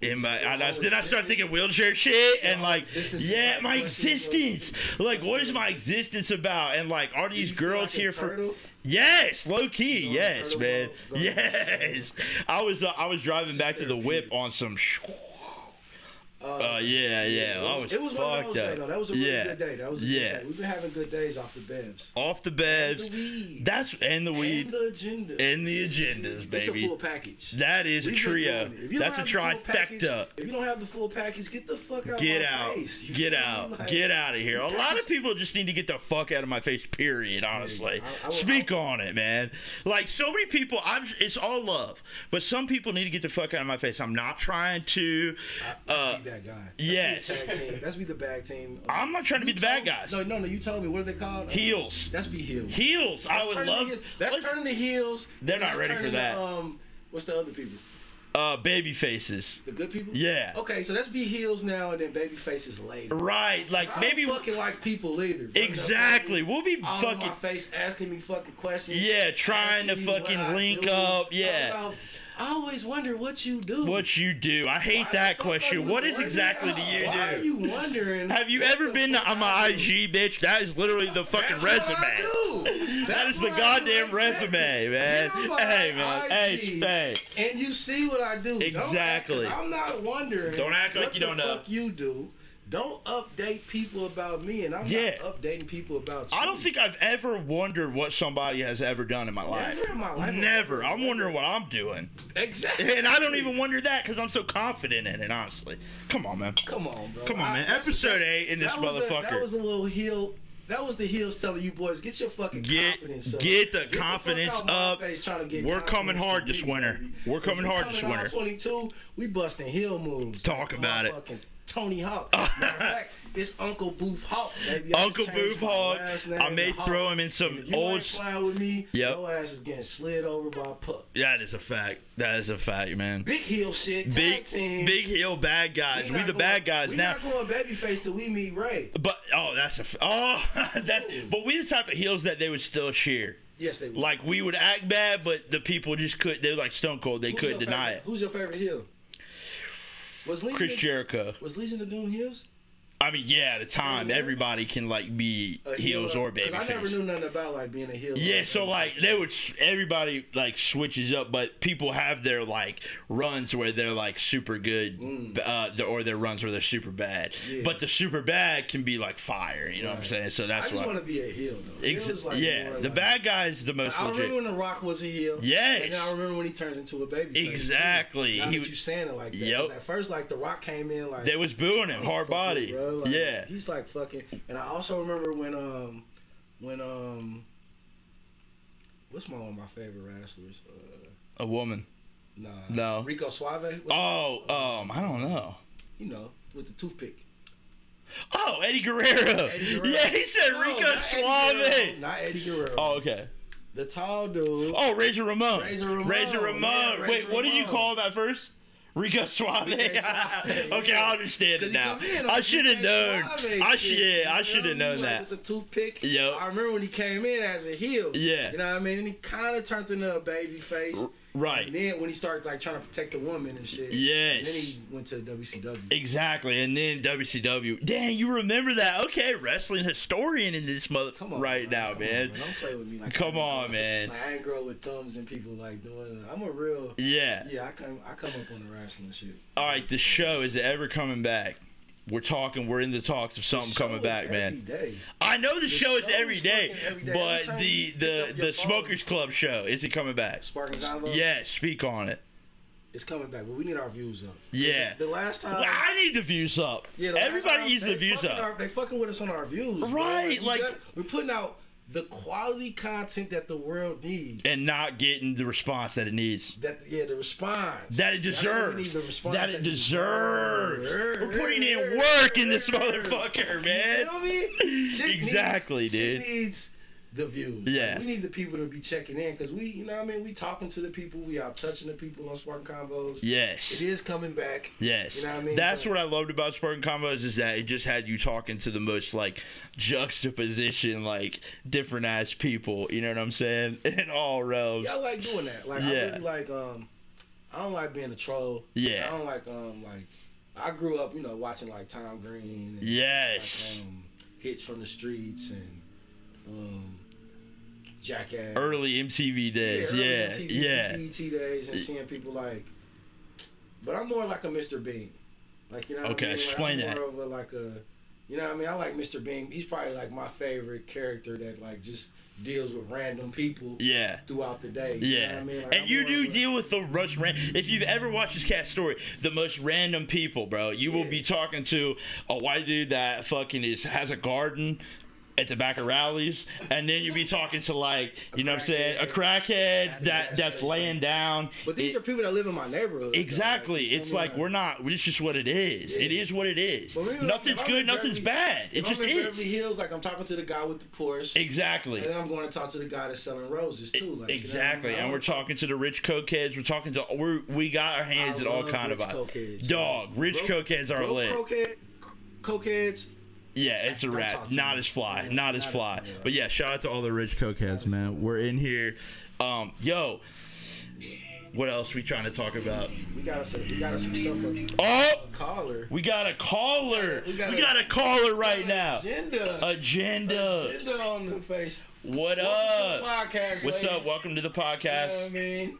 Speaker 2: in my and I, then I started thinking wheelchair shit and like
Speaker 4: existence is
Speaker 2: yeah
Speaker 4: like
Speaker 2: my
Speaker 4: what people-
Speaker 2: existence like what is my existence about and like are these
Speaker 4: You feel
Speaker 2: girls
Speaker 4: like a
Speaker 2: here for
Speaker 4: turtle?
Speaker 2: yes low key
Speaker 4: Going
Speaker 2: yes
Speaker 4: turtle
Speaker 2: man
Speaker 4: mode, going-
Speaker 2: yes I was uh, I was driving back to the whip on some sh- uh, yeah yeah I was
Speaker 3: it was one of
Speaker 2: fucked up
Speaker 3: those days though. That was a really
Speaker 2: yeah
Speaker 3: good day. That was a
Speaker 2: yeah Oh,
Speaker 3: good day. We've been having good days off the bevs.
Speaker 2: off the beds
Speaker 3: And the weed.
Speaker 2: that's and the weed
Speaker 3: And the agenda.
Speaker 2: and the agendas
Speaker 3: It's a full
Speaker 2: baby
Speaker 3: package.
Speaker 2: that is a
Speaker 3: We've been
Speaker 2: trio
Speaker 3: doing it. If you don't
Speaker 2: that's a
Speaker 3: have the full package-
Speaker 2: trifecta.
Speaker 3: If you don't have the full package, get the fuck out.
Speaker 2: Get
Speaker 3: my
Speaker 2: out.
Speaker 3: Face. You
Speaker 2: Get
Speaker 3: feel
Speaker 2: out.
Speaker 3: me? Like,
Speaker 2: get out of here. A lot of people just need to get the fuck out of my face, period, honestly.
Speaker 3: I- I will-
Speaker 2: Speak on it, man. Like, so many people, I'm. it's all love, but some people need to get the fuck out of my face. I'm not trying to. Uh,
Speaker 3: Be that guy. Let's be a
Speaker 2: yes.
Speaker 3: tag team. Let's be the bag team.
Speaker 2: I'm not trying to be the bad guys.
Speaker 3: No, no, no. You told me what are they called? Uh,
Speaker 2: Heels.
Speaker 3: Let's be heels.
Speaker 2: Heels. I
Speaker 3: That's
Speaker 2: would
Speaker 3: turning
Speaker 2: love.
Speaker 3: the- That's
Speaker 2: let's-
Speaker 3: turning the heels.
Speaker 2: They're not
Speaker 3: That's
Speaker 2: ready for
Speaker 3: turning
Speaker 2: that.
Speaker 3: The, um, what's the other people?
Speaker 2: uh, baby faces.
Speaker 3: The good people.
Speaker 2: Yeah.
Speaker 3: Okay, so let's be heels now, and then baby faces later.
Speaker 2: Right. Like,
Speaker 3: I
Speaker 2: maybe.
Speaker 3: don't fucking like people either. bro.
Speaker 2: Exactly. We'll be
Speaker 3: All in
Speaker 2: fucking.
Speaker 3: my face asking me fucking questions.
Speaker 2: Yeah, trying to
Speaker 3: asking me what
Speaker 2: fucking
Speaker 3: I
Speaker 2: link
Speaker 3: do.
Speaker 2: up,
Speaker 3: Talking
Speaker 2: yeah.
Speaker 3: about, I always wonder what you do.
Speaker 2: What you do? I hate
Speaker 3: Why the
Speaker 2: that
Speaker 3: fuck are
Speaker 2: question.
Speaker 3: you
Speaker 2: What is
Speaker 3: wondering?
Speaker 2: exactly do you
Speaker 3: Why
Speaker 2: do?
Speaker 3: are you wondering?
Speaker 2: Have you
Speaker 3: what
Speaker 2: ever
Speaker 3: the
Speaker 2: been
Speaker 3: fuck
Speaker 2: on my
Speaker 3: I do?
Speaker 2: IG, bitch? That is literally the fucking
Speaker 3: That's
Speaker 2: resume.
Speaker 3: what I do.
Speaker 2: That
Speaker 3: That's
Speaker 2: is the
Speaker 3: what I do,
Speaker 2: goddamn
Speaker 3: exactly.
Speaker 2: resume, man.
Speaker 3: Get on my
Speaker 2: Hey, man. Hey,
Speaker 3: IG,
Speaker 2: hey.
Speaker 3: And you see what I do. Don't act- 'cause
Speaker 2: Exactly.
Speaker 3: I'm not wondering.
Speaker 2: Don't act like
Speaker 3: what
Speaker 2: you
Speaker 3: the
Speaker 2: don't know.
Speaker 3: fuck you do. Don't update people about me, and I'm
Speaker 2: Yeah.
Speaker 3: not updating people about you.
Speaker 2: I don't think I've ever wondered what somebody has ever done in my life.
Speaker 3: in my life.
Speaker 2: Never. I'm wondering what I'm doing.
Speaker 3: exactly.
Speaker 2: And I don't even wonder that because I'm so confident in it, honestly. Come on, man.
Speaker 3: Come on, bro.
Speaker 2: Come on, man.
Speaker 3: that's-
Speaker 2: Episode
Speaker 3: that's-
Speaker 2: eight in this
Speaker 3: that was a-
Speaker 2: motherfucker.
Speaker 3: that was a little heel. That was the heels telling you boys, get your fucking
Speaker 2: Get-
Speaker 3: confidence up.
Speaker 2: get the
Speaker 3: fuck
Speaker 2: confidence
Speaker 3: out my
Speaker 2: up.
Speaker 3: face trying to get
Speaker 2: We're
Speaker 3: confidence
Speaker 2: coming hard
Speaker 3: from
Speaker 2: this
Speaker 3: me,
Speaker 2: winter.
Speaker 3: baby.
Speaker 2: We're
Speaker 3: 'Cause
Speaker 2: coming
Speaker 3: we
Speaker 2: hard this
Speaker 3: coming out
Speaker 2: winter.
Speaker 3: 22, we busting heel moves.
Speaker 2: Talk
Speaker 3: Like
Speaker 2: about it.
Speaker 3: motherfucking Tony Hawk. Matter of fact, it's Uncle Booth Hawk, baby. I just
Speaker 2: Uncle
Speaker 3: changed
Speaker 2: Booth
Speaker 3: my
Speaker 2: Hawk.
Speaker 3: last name
Speaker 2: I may
Speaker 3: to Hawk.
Speaker 2: throw him in some
Speaker 3: And if you
Speaker 2: old
Speaker 3: Ain't
Speaker 2: s-
Speaker 3: flying with me.
Speaker 2: Yep.
Speaker 3: Your ass is getting slid over by a pup.
Speaker 2: That is a fact. That is a fact, man.
Speaker 3: Big heel shit. Tag
Speaker 2: Big,
Speaker 3: team.
Speaker 2: big heel bad guys. We
Speaker 3: not
Speaker 2: the
Speaker 3: going-
Speaker 2: bad guys
Speaker 3: we
Speaker 2: now.
Speaker 3: not going babyface till we meet Ray.
Speaker 2: But oh, that's a f- oh, that's but we the type of heels that they would still cheer.
Speaker 3: Yes, they would.
Speaker 2: Like we would act bad, but the people just could. They're like Stone Cold. They
Speaker 3: Who's
Speaker 2: couldn't
Speaker 3: your
Speaker 2: deny
Speaker 3: favorite- Who's your favorite heel? Was
Speaker 2: it.
Speaker 3: Legion
Speaker 2: Chris
Speaker 3: of-
Speaker 2: Jericho.
Speaker 3: Was Legion of Doom heels?
Speaker 2: I mean, yeah, at the time, everybody can like be
Speaker 3: A heel
Speaker 2: heels
Speaker 3: or-
Speaker 2: or
Speaker 3: 'cause I never
Speaker 2: babyface.
Speaker 3: knew nothing about like being a heel.
Speaker 2: Yeah, so like they would s- everybody like switches up, but people have their like runs where they're like super good, uh, the- or their runs where they're super bad.
Speaker 3: Mm. Yeah.
Speaker 2: But the super bad can be like fire. You know what I'm saying? So
Speaker 3: I
Speaker 2: that's
Speaker 3: just
Speaker 2: why.
Speaker 3: want to be a heel though.
Speaker 2: Ex-
Speaker 3: Heels, like,
Speaker 2: yeah,
Speaker 3: more
Speaker 2: the
Speaker 3: like-
Speaker 2: bad guy is the most
Speaker 3: I
Speaker 2: legit.
Speaker 3: remember when The Rock was a heel.
Speaker 2: Yes.
Speaker 3: And then I remember when he turns into a baby. face, too.
Speaker 2: Exactly.
Speaker 3: Now
Speaker 2: He
Speaker 3: that
Speaker 2: was-
Speaker 3: you saying it like that.
Speaker 2: Yep.
Speaker 3: 'Cause At first, like The Rock came in like
Speaker 2: They was booing him, hard
Speaker 3: Oh, fuck it,
Speaker 2: body.
Speaker 3: bro. Like,
Speaker 2: yeah,
Speaker 3: He's like fucking. And I also remember when um when um what's my one of my favorite wrestlers? Uh,
Speaker 2: a woman.
Speaker 3: nah.
Speaker 2: No.
Speaker 3: Rico Suave. What's-
Speaker 2: Oh, um, I don't know.
Speaker 3: You know, with the toothpick.
Speaker 2: Oh, Eddie Guerrero.
Speaker 3: Eddie Guerrero.
Speaker 2: Yeah, he said
Speaker 3: No,
Speaker 2: Rico
Speaker 3: Oh, not
Speaker 2: Suave.
Speaker 3: Eddie Guerrero. Not Eddie Guerrero.
Speaker 2: Oh, okay.
Speaker 3: The tall dude.
Speaker 2: Oh, Razor Ramon.
Speaker 3: Razor Ramon.
Speaker 2: Razor
Speaker 3: Yeah,
Speaker 2: Ramon.
Speaker 3: Razor
Speaker 2: Wait, what did you
Speaker 3: Ramon.
Speaker 2: call him at first? Rico Suave.
Speaker 3: Rico
Speaker 2: okay,
Speaker 3: Suave,
Speaker 2: I
Speaker 3: yeah.
Speaker 2: understand it
Speaker 3: 'Cause he
Speaker 2: now.
Speaker 3: come in on
Speaker 2: I
Speaker 3: the
Speaker 2: should have
Speaker 3: Suave
Speaker 2: known.
Speaker 3: shit,
Speaker 2: I should.
Speaker 3: you know
Speaker 2: Yeah, I
Speaker 3: what
Speaker 2: should have
Speaker 3: mean?
Speaker 2: known
Speaker 3: Like,
Speaker 2: that.
Speaker 3: With the toothpick.
Speaker 2: Yep.
Speaker 3: I remember when he came in as a heel.
Speaker 2: Yeah.
Speaker 3: You know what I mean? And he kind of turned into a baby face.
Speaker 2: right.
Speaker 3: And then when he started like trying to protect the woman and shit.
Speaker 2: Yes.
Speaker 3: And then he went to WCW.
Speaker 2: Exactly, and then WCW. Dang, you remember that? Okay, wrestling historian in this mother
Speaker 3: Come on,
Speaker 2: right
Speaker 3: bro.
Speaker 2: now,
Speaker 3: Come
Speaker 2: man.
Speaker 3: on, bro. Don't play with me like
Speaker 2: Come
Speaker 3: that.
Speaker 2: on, man.
Speaker 3: Like, I ain't grow with thumbs and people like doing. I'm a real.
Speaker 2: Yeah.
Speaker 3: Yeah, I come. I come up on the wrestling shit.
Speaker 2: All right, the show is it ever coming back? We're talking. We're in the talks of something
Speaker 3: Show
Speaker 2: coming
Speaker 3: is
Speaker 2: back,
Speaker 3: every
Speaker 2: man.
Speaker 3: day.
Speaker 2: I know the, show, is
Speaker 3: show
Speaker 2: every
Speaker 3: is
Speaker 2: day,
Speaker 3: fucking every day. Every
Speaker 2: but
Speaker 3: time
Speaker 2: the
Speaker 3: you pick
Speaker 2: the
Speaker 3: up your
Speaker 2: the
Speaker 3: phone.
Speaker 2: Smokers Club show is it coming back?
Speaker 3: Spark and Convo.
Speaker 2: Yeah, speak on it.
Speaker 3: It's coming back, but we need our views up.
Speaker 2: Yeah.
Speaker 3: The last time.
Speaker 2: Well, I need the views up.
Speaker 3: yeah, the last
Speaker 2: Everybody
Speaker 3: time
Speaker 2: needs the
Speaker 3: they
Speaker 2: views
Speaker 3: fucking
Speaker 2: up.
Speaker 3: Are, they fucking with us on our views. bro.
Speaker 2: Right,
Speaker 3: we
Speaker 2: like-
Speaker 3: got- we're putting out the quality content that the world needs.
Speaker 2: and not getting the response that it needs.
Speaker 3: That yeah, the response
Speaker 2: That it
Speaker 3: That's what we
Speaker 2: deserves.
Speaker 3: need, the response
Speaker 2: That it deserves. We're putting in
Speaker 3: deserves.
Speaker 2: work in this motherfucker, man.
Speaker 3: You feel me? Shit needs-
Speaker 2: Exactly,
Speaker 3: shit
Speaker 2: dude.
Speaker 3: needs the views.
Speaker 2: Yeah.
Speaker 3: we need the people to be checking in because we, you know, what I mean, we talking to the people, we out touching the people on Spartan Combos.
Speaker 2: Yes.
Speaker 3: It is coming back.
Speaker 2: Yes,
Speaker 3: You know what I mean?
Speaker 2: that's
Speaker 3: But-
Speaker 2: what I loved about Spartan Combos is that it just had you talking to the most like juxtaposition, like different ass people. You know what I'm saying? In all realms.
Speaker 3: Yeah, I like doing that. Like
Speaker 2: Yeah.
Speaker 3: I really like um I don't like being a troll.
Speaker 2: Yeah.
Speaker 3: I don't like um like I grew up, you know, watching like Tom Green and
Speaker 2: Yes.
Speaker 3: like, um, hits from the streets and um Jackass.
Speaker 2: early MTV days.
Speaker 3: early
Speaker 2: Yeah,
Speaker 3: MTV,
Speaker 2: yeah,
Speaker 3: BET E days and seeing people like but I'm more like a Mr. Bean. Like you know what
Speaker 2: Okay,
Speaker 3: I mean? Like,
Speaker 2: explain
Speaker 3: I'm
Speaker 2: that.
Speaker 3: more of a, like a you know what I mean? I like Mr. Bean. He's probably like my favorite character that like just deals with random people
Speaker 2: yeah.
Speaker 3: throughout the day. You know
Speaker 2: Yeah,
Speaker 3: what I mean? Like,
Speaker 2: and
Speaker 3: I'm
Speaker 2: you
Speaker 3: more
Speaker 2: do
Speaker 3: of a-
Speaker 2: deal with the most ran. If you've ever watched this cat story, the most random people, bro. You will be talking to a white dude that fucking is has a garden at the back of rallies, and then you'll be talking to like you know what I'm saying, a crackhead that
Speaker 3: gas
Speaker 2: that's
Speaker 3: station.
Speaker 2: laying down.
Speaker 3: But these
Speaker 2: It-
Speaker 3: are people that live in my neighborhood. though.
Speaker 2: Exactly.
Speaker 3: you feel
Speaker 2: It's
Speaker 3: me?
Speaker 2: like we're not. It's just what it is. It is what it is.
Speaker 3: But maybe, like, if
Speaker 2: Nothing's
Speaker 3: I'm
Speaker 2: good.
Speaker 3: in
Speaker 2: Nothing's
Speaker 3: Beverly-
Speaker 2: bad. It
Speaker 3: if
Speaker 2: just
Speaker 3: I'm in
Speaker 2: is.
Speaker 3: Beverly Hills, like I'm talking to the guy with the Porsche,
Speaker 2: Exactly.
Speaker 3: and then I'm going to talk to the guy that's selling roses too. Like, you know what I mean?
Speaker 2: exactly,
Speaker 3: I
Speaker 2: and we're
Speaker 3: don't-
Speaker 2: talking to the rich cokeheads. We're talking to we we got our hands
Speaker 3: I
Speaker 2: at all
Speaker 3: love
Speaker 2: kind
Speaker 3: rich
Speaker 2: of
Speaker 3: cokeheads.
Speaker 2: dog. Rich
Speaker 3: Broke-
Speaker 2: cokeheads are
Speaker 3: broke
Speaker 2: lit.
Speaker 3: Cokehead, cokeheads.
Speaker 2: yeah, it's a
Speaker 3: Don't
Speaker 2: wrap.
Speaker 3: talk to
Speaker 2: Not
Speaker 3: me.
Speaker 2: as fly.
Speaker 3: Yeah,
Speaker 2: not as
Speaker 3: not as
Speaker 2: fly.
Speaker 3: fly, yeah.
Speaker 2: But yeah, shout out to all the rich cokeheads, man. We're in here. Um, yo, what else we trying to talk about?
Speaker 3: We got us. A, we got us some stuff. A,
Speaker 2: Oh,
Speaker 3: a collar.
Speaker 2: we got a caller. We
Speaker 3: We got a-
Speaker 2: got a caller right now.
Speaker 3: Agenda.
Speaker 2: Agenda.
Speaker 3: Agenda on the face.
Speaker 2: What
Speaker 3: Welcome
Speaker 2: up?
Speaker 3: to the podcast,
Speaker 2: Uh. What's up?
Speaker 3: ladies.
Speaker 2: Welcome to the
Speaker 3: You know what I
Speaker 2: podcast.
Speaker 3: mean,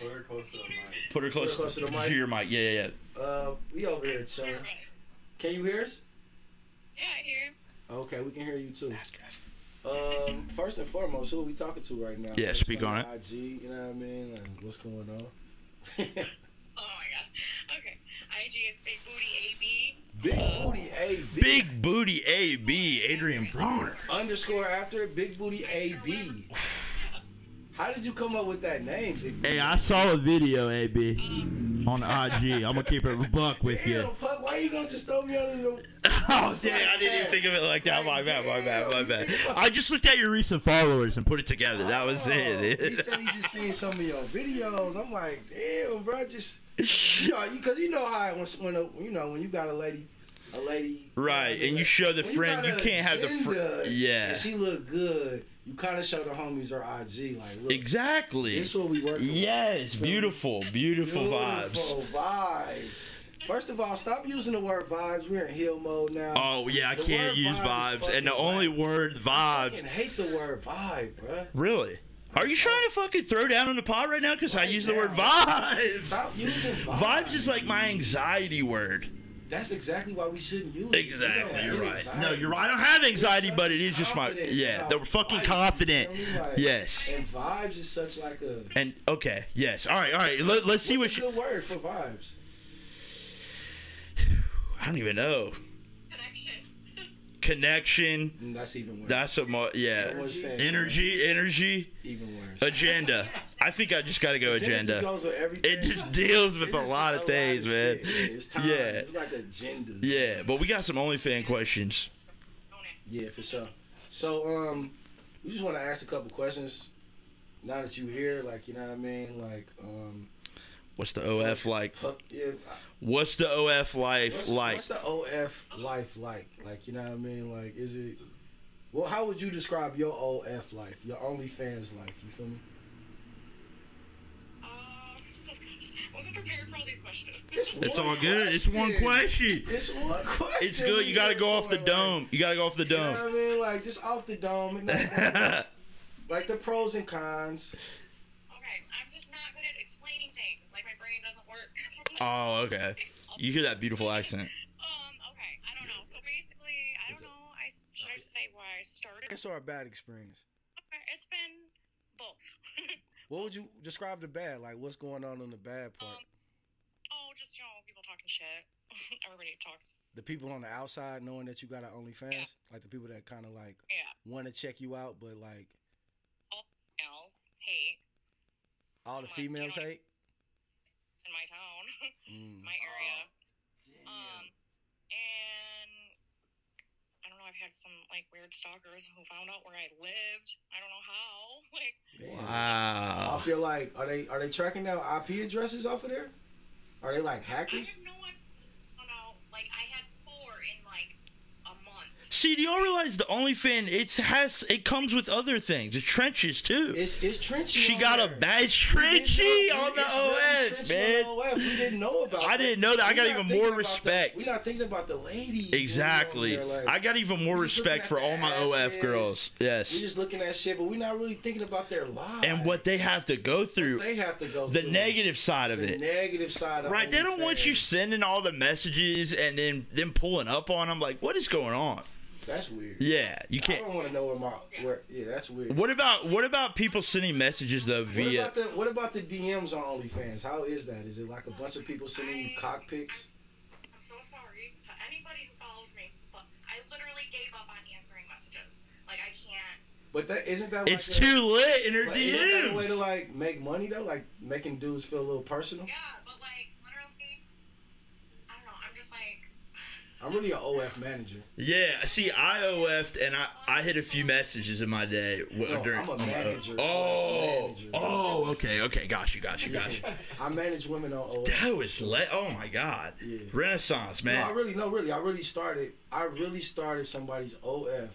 Speaker 4: Put her close to the mic.
Speaker 2: Put her close,
Speaker 3: close to the mic.
Speaker 2: to your mic. Yeah, yeah, yeah.
Speaker 3: uh, we over here chilling. Can you hear us?
Speaker 5: Yeah, I hear him.
Speaker 3: Okay, we can hear you too. Um, first and foremost, who are we talking to right now?
Speaker 2: Yeah,
Speaker 3: What's
Speaker 2: speak
Speaker 3: up
Speaker 2: on
Speaker 3: with
Speaker 2: it.
Speaker 3: IG, you know what I mean? Like, what's going on?
Speaker 5: Oh my god. Okay. IG is Big Booty AB.
Speaker 3: Big booty AB.
Speaker 2: Oh. Big booty AB, Adrian Broner.
Speaker 3: underscore after it, Big Booty AB. How did you come up with that name? Big
Speaker 2: Hey, I saw a video, AB, on IG. I'm gonna keep it a buck with
Speaker 3: Damn,
Speaker 2: you.
Speaker 3: fuck, why you gonna just throw me under the
Speaker 2: Oh, damn, I didn't even think of it like that. My bad, my bad, my bad. I just looked at your recent followers and put it together. That was
Speaker 3: Oh, He
Speaker 2: it.
Speaker 3: said he just seen some of your videos. I'm like, damn, bro, just you know, because you know how it when when a, you know when you got a lady, a lady,
Speaker 2: Right, and you show the
Speaker 3: When
Speaker 2: friend,
Speaker 3: got
Speaker 2: you
Speaker 3: a
Speaker 2: can't have the
Speaker 3: agenda
Speaker 2: friend. Yeah,
Speaker 3: and she look good. You kind of show the homies her IG, like, look,
Speaker 2: exactly.
Speaker 3: this is what we working. with.
Speaker 2: Yes, beautiful, beautiful vibes.
Speaker 3: Beautiful vibes. First of all, stop using the word vibes. We're in heel mode now.
Speaker 2: Oh yeah, I
Speaker 3: The
Speaker 2: can't
Speaker 3: word
Speaker 2: use
Speaker 3: vibe is
Speaker 2: vibes, and the
Speaker 3: fucking
Speaker 2: only
Speaker 3: whack.
Speaker 2: word
Speaker 3: I
Speaker 2: vibes.
Speaker 3: fucking hate the word vibe, bruh.
Speaker 2: Really? Are you trying to fucking throw down on the pod right now? Because I
Speaker 3: Right
Speaker 2: use the word
Speaker 3: now.
Speaker 2: vibes.
Speaker 3: Stop using vibes.
Speaker 2: Vibes is like my anxiety word.
Speaker 3: That's exactly why we shouldn't use it. We don't
Speaker 2: Exactly,
Speaker 3: have
Speaker 2: you're right.
Speaker 3: anxiety.
Speaker 2: No, you're right. I don't have anxiety,
Speaker 3: We're
Speaker 2: but it is just my
Speaker 3: confident
Speaker 2: yeah.
Speaker 3: about
Speaker 2: They're fucking
Speaker 3: vibes,
Speaker 2: confident.
Speaker 3: you know, like-
Speaker 2: Yes.
Speaker 3: And vibes is such like a.
Speaker 2: And okay, yes. All right, all right. Let, let's see what.
Speaker 3: What's a
Speaker 2: She,
Speaker 3: good word for vibes?
Speaker 2: I don't even know.
Speaker 5: Connection.
Speaker 2: Connection.
Speaker 3: Mm, That's even worse.
Speaker 2: That's a mo- yeah.
Speaker 3: Everyone's saying
Speaker 2: Energy, energy,
Speaker 3: even worse.
Speaker 2: agenda. I think I just gotta go
Speaker 3: It just
Speaker 2: agenda.
Speaker 3: goes with everything.
Speaker 2: It just deals with
Speaker 3: It's
Speaker 2: a
Speaker 3: just
Speaker 2: lot of things, man.
Speaker 3: shit. Yeah, it's time.
Speaker 2: Yeah,
Speaker 3: It's like agenda.
Speaker 2: yeah. But we got some OnlyFan questions.
Speaker 5: Own it.
Speaker 3: Yeah, for sure. So, um, we just want to ask a couple questions. Now that you here, like you know what I mean, like um,
Speaker 2: What's the OF like?
Speaker 3: fuck, yeah,
Speaker 2: What's the OF life
Speaker 3: what's,
Speaker 2: like?
Speaker 3: what's the OF life like? Like you know what I mean? Like is it? Well, how would you describe your OF life, your OnlyFans life? You feel me?
Speaker 5: Um, I wasn't prepared for all these questions.
Speaker 2: it's
Speaker 3: one
Speaker 2: all good. It's one question.
Speaker 3: It's one question.
Speaker 2: It's good. You gotta go off the dome. You gotta go off the
Speaker 3: You know what
Speaker 2: dome.
Speaker 3: I mean? Like just off the dome. and not- like the pros and cons.
Speaker 5: Okay, I'm just not good at explaining things. Like my brain doesn't work.
Speaker 2: oh, okay. You hear that beautiful accent?
Speaker 5: Um, okay, I don't know. So basically, I don't know. I s- should I say why I started.
Speaker 3: It's or a bad experience.
Speaker 5: Okay, It's been both.
Speaker 3: What would you describe the bad? Like what's going on in the bad part?
Speaker 5: um, oh, just you know, people talking shit. Everybody talks.
Speaker 3: the people on the outside knowing that you got an OnlyFans,
Speaker 5: Yeah.
Speaker 3: like the people that kind of like
Speaker 5: Yeah,
Speaker 3: want to check you out, but like
Speaker 5: all males hate.
Speaker 3: all the
Speaker 5: Like,
Speaker 3: females
Speaker 5: you know-
Speaker 3: hate.
Speaker 5: It's in my town,
Speaker 3: Mm.
Speaker 5: my area. Um, and I don't know. I've had some like weird stalkers who found out where I lived. I don't know how. Like,
Speaker 3: Damn. I
Speaker 2: Wow.
Speaker 3: feel like are they are they tracking down IP addresses off of there? Are they like
Speaker 5: I
Speaker 3: hackers?
Speaker 5: have no one. I don't know. Like, I had four in like a month.
Speaker 2: See, do y'all realize the OnlyFan? It has it comes with other things. It's trenches too.
Speaker 3: It's it's trenchy.
Speaker 2: she
Speaker 3: on
Speaker 2: got
Speaker 3: there.
Speaker 2: a bad trenchy on the OS,
Speaker 3: It's really
Speaker 2: man.
Speaker 3: trenchy on the OS. We didn't know about.
Speaker 2: I
Speaker 3: that.
Speaker 2: didn't know that. I
Speaker 3: We
Speaker 2: got
Speaker 3: not
Speaker 2: even
Speaker 3: thinking
Speaker 2: more
Speaker 3: about the-
Speaker 2: respect.
Speaker 3: we not thinking about the ladies. when we on
Speaker 2: Exactly.
Speaker 3: there, like,
Speaker 2: I got even more
Speaker 3: we just
Speaker 2: respect for
Speaker 3: looking
Speaker 2: all
Speaker 3: at
Speaker 2: my
Speaker 3: their
Speaker 2: OF
Speaker 3: asses.
Speaker 2: girls.
Speaker 3: we
Speaker 2: Yes.
Speaker 3: just looking at shit, but we not really thinking about their lives
Speaker 2: And what they have to go through.
Speaker 3: they have to go.
Speaker 2: The
Speaker 3: through.
Speaker 2: negative side of
Speaker 3: the
Speaker 2: it.
Speaker 3: negative side. Of
Speaker 2: Right, they don't want you
Speaker 3: OnlyFans.
Speaker 2: sending all the messages and then them pulling up on them. Like, what is going on?
Speaker 3: That's weird.
Speaker 2: Yeah, you
Speaker 3: I
Speaker 2: can't.
Speaker 3: don't want to know where my where. Yeah, that's weird.
Speaker 2: What about what about people sending messages though
Speaker 3: What
Speaker 2: via?
Speaker 3: about the what about the DMs on OnlyFans? How is that? Is it like a bunch of people sending you cock pics?
Speaker 5: I'm so sorry to anybody who follows me, but I literally gave up on answering messages. Like, I can't.
Speaker 3: But that isn't that like
Speaker 2: It's
Speaker 3: a,
Speaker 2: too lit in her
Speaker 3: like, isn't that a way to
Speaker 2: DMs.
Speaker 3: like make money though? Like making dudes feel a little personal.
Speaker 5: Yeah, but like, literally, I don't know. I'm just like,
Speaker 3: I'm really an OF manager.
Speaker 2: Yeah, see, I OF'd and I I hit a few messages in my day w-
Speaker 3: No,
Speaker 2: during.
Speaker 3: I'm a
Speaker 2: on my-
Speaker 3: manager. I'm a
Speaker 2: Oh,
Speaker 3: manager.
Speaker 2: oh, okay, okay, got you, got you, got you.
Speaker 3: I manage women on OF.
Speaker 2: That was lit. Oh my god, Renaissance
Speaker 3: No, I
Speaker 2: man.
Speaker 3: really no, really, I really started. I really started somebody's OF from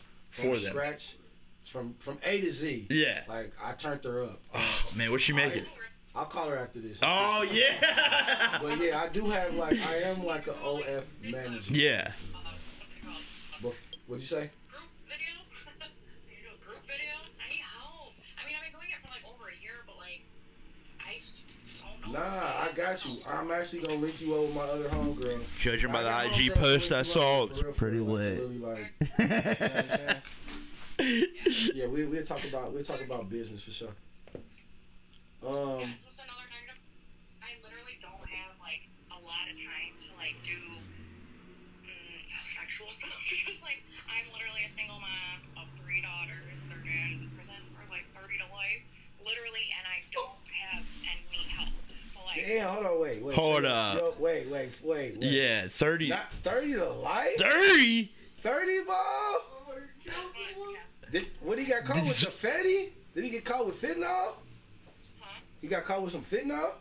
Speaker 2: For them.
Speaker 3: scratch, from from A to Z.
Speaker 2: Yeah.
Speaker 3: like I turned her up.
Speaker 2: Oh man, what's she making?
Speaker 3: I'll call her after this.
Speaker 2: Oh yeah,
Speaker 3: But yeah, I do have like I am like an OF manager.
Speaker 2: yeah.
Speaker 5: uh, what's it called?
Speaker 3: But what'd you say?
Speaker 5: Group video? you do a group video? I need help. I mean, I've been doing it for like over a year, but like, I just don't know.
Speaker 3: Nah, I got you. I'm actually gonna link you over with my other homegirl.
Speaker 2: Judging by
Speaker 3: I
Speaker 2: the
Speaker 3: got
Speaker 2: IG
Speaker 3: homegirls
Speaker 2: post I
Speaker 3: link you
Speaker 2: saw,
Speaker 3: up
Speaker 2: it's
Speaker 3: for real, for
Speaker 2: pretty
Speaker 3: real, like, to
Speaker 2: lit.
Speaker 3: really, like, you know what I'm saying? yeah, we we'll talk about we'll talk about business for sure.
Speaker 5: Yeah,
Speaker 3: Um,
Speaker 5: it's just another negative. I literally don't have like a lot of time to like do mm, sexual stuff because like I'm literally a single mom of three daughters. Their dad is in prison for like 30 to life, literally, and I don't have any help. So like,
Speaker 3: damn, hold on, wait, wait,
Speaker 2: Hold
Speaker 3: so-
Speaker 2: up.
Speaker 3: yo, wait, wait, wait, wait.
Speaker 2: Yeah, thirty.
Speaker 3: Not thirty to life.
Speaker 2: Thirty.
Speaker 3: Thirty, ball.
Speaker 5: but, yeah,
Speaker 3: Did, what he got caught with some fatty? Did he get caught with fentanyl?
Speaker 5: huh?
Speaker 3: He got caught with some fentanyl.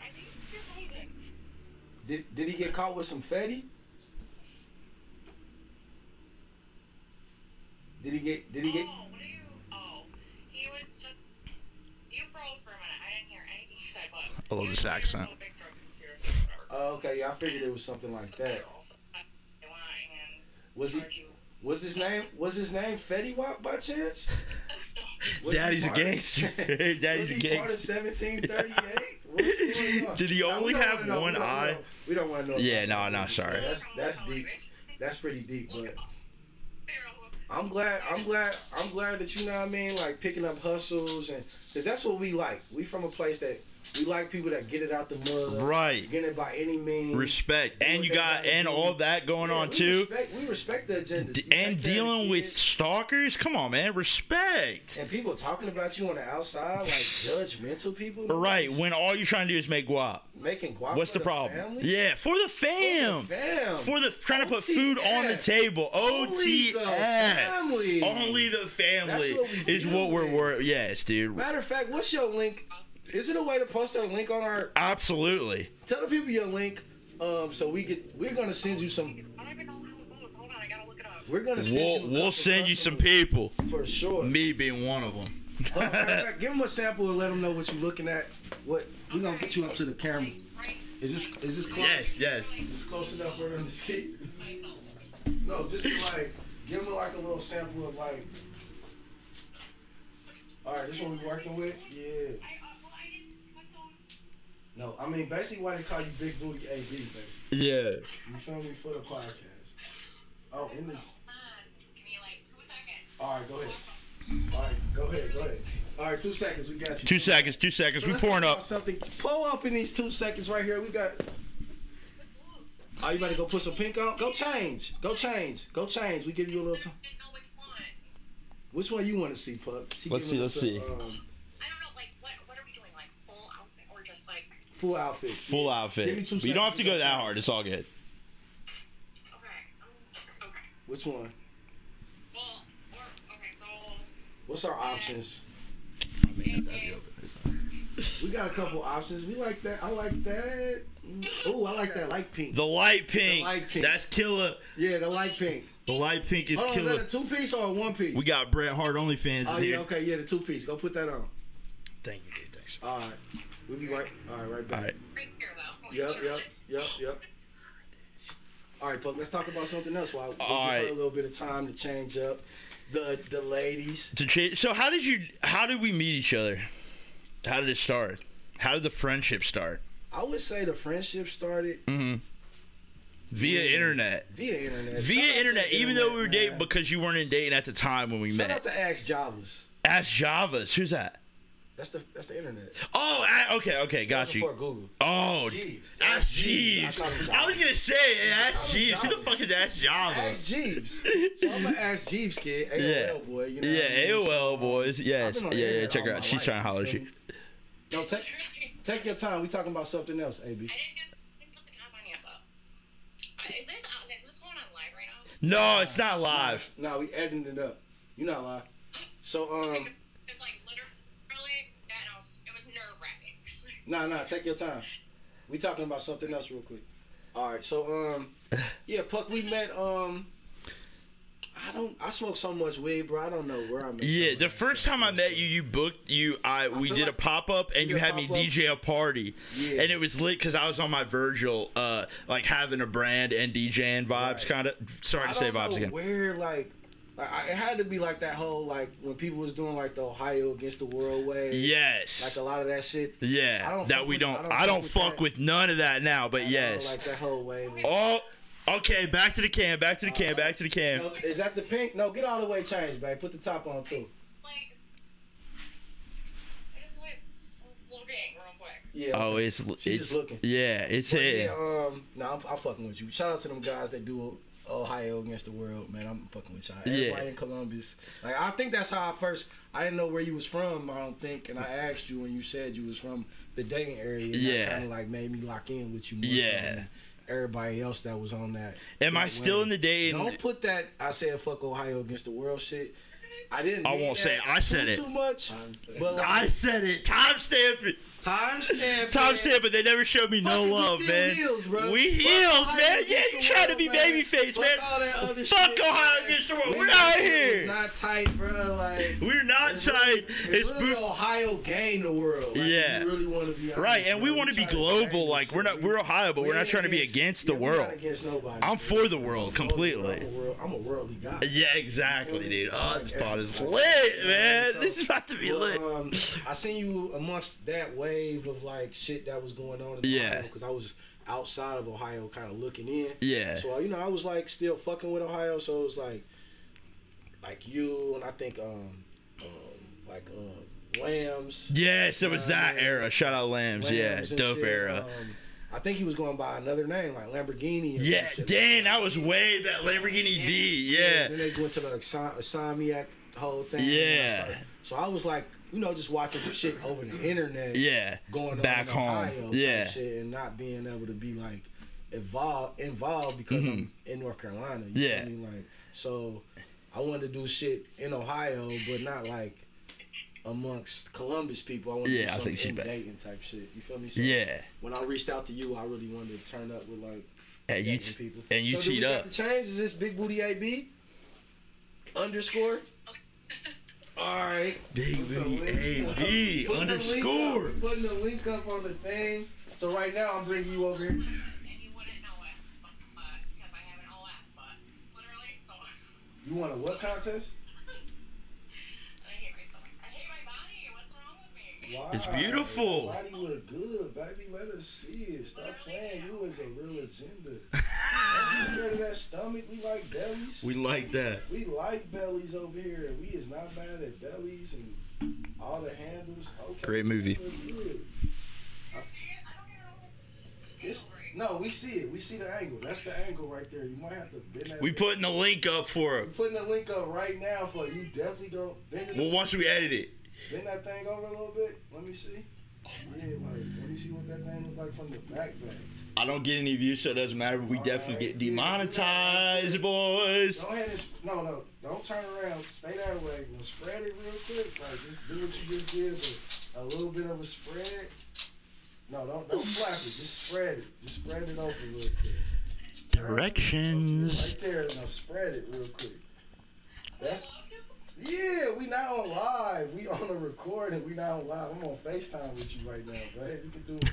Speaker 5: I think you're frozen.
Speaker 3: Did Did he get caught with some fatty? Did he get Did he get
Speaker 5: Oh, what are you? Oh, he was just. You froze for a minute. I didn't hear anything you said, but.
Speaker 2: I love
Speaker 5: he
Speaker 2: this
Speaker 5: was clearly
Speaker 2: accent.
Speaker 5: no big drug conspiracy or whatever.
Speaker 3: Oh, okay, yeah, I figured it was something like that. Was he? Was his name? Was his name Fetty Wap by chance? Was he
Speaker 2: Daddy's a
Speaker 3: part of-
Speaker 2: gangster. Daddy's
Speaker 3: was
Speaker 2: a
Speaker 3: he part of
Speaker 2: gangster.
Speaker 3: 1738? What's going on?
Speaker 2: Did he
Speaker 3: we
Speaker 2: only
Speaker 3: don't
Speaker 2: have
Speaker 3: wanna know, we
Speaker 2: one
Speaker 3: don't wanna
Speaker 2: eye?
Speaker 3: know, We don't want to know.
Speaker 2: Yeah,
Speaker 3: about
Speaker 2: no,
Speaker 3: that.
Speaker 2: no, sorry.
Speaker 3: That's that's deep. That's pretty deep. But I'm glad. I'm glad. I'm glad that you know what I mean. Like picking up hustles and because that's what we like. We from a place that we like people that get it out the mud.
Speaker 2: Right.
Speaker 3: Get it by any means.
Speaker 2: Respect,
Speaker 3: Do
Speaker 2: and
Speaker 3: what
Speaker 2: you
Speaker 3: they
Speaker 2: got,
Speaker 3: gotta
Speaker 2: and
Speaker 3: do.
Speaker 2: all that going
Speaker 3: Yeah,
Speaker 2: on
Speaker 3: we
Speaker 2: too.
Speaker 3: Respect, we respect the agenda.
Speaker 2: D- and dealing with stalkers. Come on, man. Respect.
Speaker 3: and people talking about you on the outside, like judgmental people.
Speaker 2: Right.
Speaker 3: Niggas
Speaker 2: When all you're trying to do is make guap.
Speaker 3: making guac.
Speaker 2: What's
Speaker 3: for
Speaker 2: the problem?
Speaker 3: family?
Speaker 2: Yeah, for the
Speaker 3: Fam.
Speaker 2: fam.
Speaker 3: Fam.
Speaker 2: For the trying to put food on the
Speaker 3: OTF.
Speaker 2: table.
Speaker 3: Only the family.
Speaker 2: OTF. Only the family
Speaker 3: That's what we
Speaker 2: is what we're
Speaker 3: doing.
Speaker 2: worth. Yes, dude.
Speaker 3: Matter of fact, what's your link? Is it a way to post our link on our?
Speaker 2: Absolutely.
Speaker 3: Tell the people your link, um, so we get. We're gonna send you some.
Speaker 5: I don't even know how it goes. Hold on, I gotta look it up.
Speaker 3: We're gonna send you.
Speaker 2: We'll
Speaker 3: a
Speaker 2: we'll
Speaker 3: couple
Speaker 2: send you some
Speaker 3: customers
Speaker 2: people.
Speaker 3: for sure.
Speaker 2: Me being one of them.
Speaker 3: Uh, matter of fact, give them a sample and let them know what you're looking at. What we're gonna get you up to the camera.
Speaker 5: Right?
Speaker 3: Is this is this close?
Speaker 2: Yes, yes.
Speaker 3: Is this close enough for them to see?
Speaker 5: Myself.
Speaker 3: No, just to like give them like a little sample of like. All right, this one we working with. Yeah.
Speaker 5: I, uh, well, I didn't put those.
Speaker 3: No, I mean basically why they call you Big Booty AD, basically.
Speaker 2: Yeah.
Speaker 3: You feel me for the podcast. Oh, in this.
Speaker 5: on. Give me like two seconds.
Speaker 3: All right, go ahead. All right, go ahead, go ahead. All right, two seconds. We got you.
Speaker 2: Two seconds, two seconds.
Speaker 3: So
Speaker 2: We
Speaker 3: let's
Speaker 2: pouring
Speaker 3: talk
Speaker 2: up.
Speaker 3: about Something. Pull up in these two seconds right here. We got. Oh, you about to go put some pink on? Go change. Go change. Go change. We give you a little time.
Speaker 5: I didn't know which one.
Speaker 3: Which one you want to see, Puck? She
Speaker 2: Let's
Speaker 3: giving
Speaker 2: see,
Speaker 3: us
Speaker 2: let's see.
Speaker 3: a, um,
Speaker 5: I don't know, like, what, what are we doing? Like, full outfit or just like,
Speaker 3: full outfit.
Speaker 2: Full
Speaker 3: Give me
Speaker 2: outfit.
Speaker 3: two
Speaker 2: But You don't
Speaker 3: seconds
Speaker 2: have to
Speaker 3: to
Speaker 2: go
Speaker 3: go
Speaker 2: that
Speaker 3: check.
Speaker 2: hard. It's all good.
Speaker 5: okay. um, Okay.
Speaker 3: Which one?
Speaker 5: Well, or, okay, so.
Speaker 3: What's our options?
Speaker 5: it is-
Speaker 3: We got a couple options. We like that. I like that. Mm. Ooh, I like that light pink.
Speaker 2: The light pink.
Speaker 3: light pink.
Speaker 2: That's killer.
Speaker 3: Yeah, the light pink.
Speaker 2: The light pink is
Speaker 3: Hold on, is
Speaker 2: killer.
Speaker 3: that a two piece or a one piece?
Speaker 2: we got Bret Hart only fans
Speaker 3: Oh
Speaker 2: in
Speaker 3: yeah,
Speaker 2: here.
Speaker 3: okay, yeah, the two piece. Go put that on.
Speaker 2: Thank you, dude. Thanks.
Speaker 3: All right, we'll be right. All right, right back.
Speaker 2: All right.
Speaker 5: Right here, though.
Speaker 3: Yep, yep, yep, yep. All right, Puck. Let's talk about something else. While we give
Speaker 2: All
Speaker 3: her
Speaker 2: right.
Speaker 3: a little bit of time to change up the the ladies.
Speaker 2: To change, so how did you? How did we meet each other? How did it start? How did the friendship start?
Speaker 3: I would say the friendship started
Speaker 2: Mm. Via internet.
Speaker 3: via internet. Shout out
Speaker 2: Via
Speaker 3: to
Speaker 2: internet,
Speaker 3: the
Speaker 2: even though we were
Speaker 3: internet,
Speaker 2: dating
Speaker 3: man.
Speaker 2: because you weren't in dating at the time when we
Speaker 3: Shout out
Speaker 2: met.
Speaker 3: to Axe Javas.
Speaker 2: Ask Javas. Who's that?
Speaker 3: That's the that's the internet.
Speaker 2: Oh, I, okay, okay, got
Speaker 3: That's before
Speaker 2: you.
Speaker 3: Google.
Speaker 2: Oh,
Speaker 4: Jeeves.
Speaker 2: Ask
Speaker 4: Ask
Speaker 2: Jeeves.
Speaker 3: Jeeves. I call him
Speaker 2: I was gonna say
Speaker 3: call
Speaker 2: Ask
Speaker 3: him
Speaker 2: Jeeves. Who the
Speaker 3: Javas.
Speaker 2: fuck is Ask
Speaker 3: Axe
Speaker 2: Javas?
Speaker 3: Jeeves. So I'm an Axe Jeeves kid. AOL
Speaker 2: Yeah.
Speaker 3: boy. You know what I
Speaker 2: Yeah,
Speaker 3: mean? So,
Speaker 2: AOL
Speaker 3: um,
Speaker 2: boys.
Speaker 3: I've
Speaker 2: Yes,
Speaker 3: been
Speaker 2: yeah,
Speaker 3: on the
Speaker 2: yeah.
Speaker 3: internet
Speaker 2: Check her
Speaker 3: all
Speaker 2: out.
Speaker 3: my
Speaker 2: She's
Speaker 3: life,
Speaker 2: trying to holler at
Speaker 3: feel
Speaker 2: you.
Speaker 3: me? No, take take your time. We talking about something else, AB.
Speaker 5: I didn't, get, didn't put the time on yet, though. Uh, Is this, on- is this going on live right now?
Speaker 2: No, it's not live.
Speaker 3: Nah, we editing it up. You not lie. So um,
Speaker 5: It's like literally, that and I was, it was nerve wracking.
Speaker 3: nah, nah, take your time. We talking about something else real quick. All right, so um, yeah, Puck, we met um. I don't. I smoke so much weed, bro. I don't know where I'm. at.
Speaker 2: Yeah, the first time I met you, you booked you. I we
Speaker 3: feel
Speaker 2: did a
Speaker 3: like-
Speaker 2: pop up and you
Speaker 3: did a
Speaker 2: had me
Speaker 3: pop-up.
Speaker 2: DJ a party,
Speaker 3: Yeah.
Speaker 2: and it was lit because I was on my Virgil, uh, like having a brand and DJing vibes,
Speaker 3: Right.
Speaker 2: kind of. Sorry
Speaker 3: I
Speaker 2: to say
Speaker 3: don't
Speaker 2: vibes
Speaker 3: know
Speaker 2: again.
Speaker 3: where like. Like, I, it had to be like that whole like when people was doing like the Ohio against the world way.
Speaker 2: Yes.
Speaker 3: Like a lot of that shit. I
Speaker 2: yeah.
Speaker 3: don't
Speaker 2: That we
Speaker 3: fuck with-
Speaker 2: don't. I don't, fuck
Speaker 3: that.
Speaker 2: with none of that now. But
Speaker 3: I don't
Speaker 2: yes.
Speaker 3: Like that whole wave.
Speaker 2: oh. Okay. Back to the cam. Back to the cam. Back to the cam.
Speaker 3: No, is that the pink? No, get all the way changed, babe. Put the top on too.
Speaker 5: Like, I just like looking real quick.
Speaker 3: Yeah.
Speaker 2: Oh, it's it's
Speaker 3: She's just looking.
Speaker 2: yeah. It's
Speaker 3: But
Speaker 2: hitting.
Speaker 3: yeah, um, nah, I'm, I'm fucking with you. Shout out to them guys that do Ohio against the world, man. I'm fucking with y'all.
Speaker 2: Yeah.
Speaker 3: Everybody in Columbus. Like, I think that's how I first. I didn't know where you was from. I don't think, and I asked you, and you said you was from the Dayton area. And
Speaker 2: Yeah.
Speaker 3: Kind of like made me lock in with you. More so
Speaker 2: Yeah.
Speaker 3: than Everybody else that was on that.
Speaker 2: Am
Speaker 3: that
Speaker 2: I still
Speaker 3: wave.
Speaker 2: in the Dayton-
Speaker 3: Don't put that. I said fuck Ohio against the world shit. I didn't.
Speaker 2: I
Speaker 3: mean
Speaker 2: won't
Speaker 3: that
Speaker 2: say it. I said
Speaker 3: too,
Speaker 2: it.
Speaker 3: too much. But like,
Speaker 2: I said it. Timestamp it.
Speaker 3: time stamp.
Speaker 2: Timestamp, but they never showed me no
Speaker 3: Fuck it, we
Speaker 2: love,
Speaker 3: still
Speaker 2: man.
Speaker 3: heels, bro.
Speaker 2: We
Speaker 3: Fuck
Speaker 2: heels,
Speaker 3: Ohio
Speaker 2: man. Yeah,
Speaker 3: against
Speaker 2: you
Speaker 3: the
Speaker 2: trying to
Speaker 3: world,
Speaker 2: be
Speaker 3: man.
Speaker 2: babyface,
Speaker 3: Fuck
Speaker 2: man.
Speaker 3: all that other
Speaker 2: Fuck
Speaker 3: shit,
Speaker 2: Ohio
Speaker 3: man.
Speaker 2: against the world.
Speaker 3: We
Speaker 2: We're
Speaker 3: not-
Speaker 2: out
Speaker 3: It's
Speaker 2: here.
Speaker 3: not tight, bro. Like
Speaker 2: We're not
Speaker 3: it's
Speaker 2: tight.
Speaker 3: really-
Speaker 2: It's
Speaker 3: really
Speaker 2: booth-
Speaker 3: Ohio gang the world. Like,
Speaker 2: Yeah.
Speaker 3: you really want to be honest,
Speaker 2: Right, and
Speaker 3: bro.
Speaker 2: we want to be
Speaker 3: trying
Speaker 2: global.
Speaker 3: gang
Speaker 2: Like
Speaker 3: this
Speaker 2: we're
Speaker 3: shit.
Speaker 2: not, we're Ohio, but
Speaker 3: we
Speaker 2: we're not
Speaker 3: ain't
Speaker 2: trying to be against the
Speaker 3: yeah, we're not
Speaker 2: world.
Speaker 3: against nobody.
Speaker 2: I'm
Speaker 3: bro.
Speaker 2: for the world
Speaker 3: I'm a world-
Speaker 2: completely.
Speaker 3: I'm a, world, I'm a worldly guy.
Speaker 2: Yeah, exactly, dude. Oh, this pod is
Speaker 3: Yeah,
Speaker 2: lit, man.
Speaker 3: so-
Speaker 2: This is about to be lit.
Speaker 3: Well, um, I seen you amongst that wave of like shit that was going on in
Speaker 2: Yeah.
Speaker 3: because I was outside of Ohio, kind of looking in.
Speaker 2: Yeah.
Speaker 3: So you know, I was like still fucking with Ohio, so it was like, like you and I think um, um like um, Lambs.
Speaker 2: Yes, it was that
Speaker 3: uh,
Speaker 2: era. Shout out Lambs. Yeah,
Speaker 3: Lambs and
Speaker 2: dope
Speaker 3: shit,
Speaker 2: era.
Speaker 3: um, I think he was going by another name like Lamborghini. Or
Speaker 2: Yeah,
Speaker 3: some shit like
Speaker 2: Dan, that was way back. Lamborghini D. Yeah.
Speaker 3: Then they went to the Assom- Insomniac whole thing.
Speaker 2: Yeah.
Speaker 3: And I started- so I was like, you know, just watching shit over the internet.
Speaker 2: Yeah.
Speaker 3: Going on
Speaker 2: back
Speaker 3: in Ohio
Speaker 2: home.
Speaker 3: type
Speaker 2: Yeah.
Speaker 3: Shit and not being able to be like involved involved because I'm in North Carolina. You
Speaker 2: Mm-hmm. Yeah.
Speaker 3: Know what I mean, like so, I wanted to do shit in Ohio, but not like amongst Columbus people. I wanted
Speaker 2: Yeah, I
Speaker 3: to do
Speaker 2: think she
Speaker 3: something in
Speaker 2: back.
Speaker 3: Dayton type shit. You feel me? So
Speaker 2: Yeah.
Speaker 3: When I reached out to you, I really wanted to turn up with like
Speaker 2: And you
Speaker 3: Dayton people.
Speaker 2: and you
Speaker 3: so do we
Speaker 2: teed
Speaker 3: got
Speaker 2: up.
Speaker 3: The change is this big booty AB underscore. All right.
Speaker 2: Big booty AB
Speaker 3: Putting the link up-
Speaker 2: underscore.
Speaker 3: Putting the link up on the thing. So right now I'm bringing you over. here.
Speaker 5: And you wouldn't know it, but, uh, because I have an OS, but literally, so
Speaker 3: You want a what contest?
Speaker 5: I hate myself. I hate my body. What's wrong with me?
Speaker 3: Wow.
Speaker 2: It's beautiful.
Speaker 3: Body look good, baby. Let us see it. Stop playing. You is a real agenda. you scared of that stomach? We like bellies.
Speaker 2: We like that.
Speaker 3: We like bellies over here, and we is not bad at bellies and all the handles. Okay.
Speaker 2: Great movie.
Speaker 5: I don't even know if
Speaker 3: It's, no, we see it. We see the angle. That's the angle right there. You might have to bend that.
Speaker 2: We putting the link up for
Speaker 3: We're
Speaker 2: him.
Speaker 3: putting the link up right now for you. Definitely go bend, it,
Speaker 2: Well, once we edit it.
Speaker 3: bend that thing over a little bit. Let me see. Yeah, like let me see what that thing look like from the back back.
Speaker 2: I don't get any views, so it doesn't matter. But we definitely get demonetized, boys.
Speaker 3: Go ahead and s- no no don't turn around. Stay that way. No, a spread it real quick. Like just do what you just did, but a little bit of a spread. No, don't don't flap it. Just spread it. Just spread it open real quick.
Speaker 2: Directions.
Speaker 3: Right there, now spread it real quick. That's
Speaker 5: Love to?
Speaker 3: yeah. We not on live. We on a recording. We not on live. I'm on Facetime with you right now, but you can do it.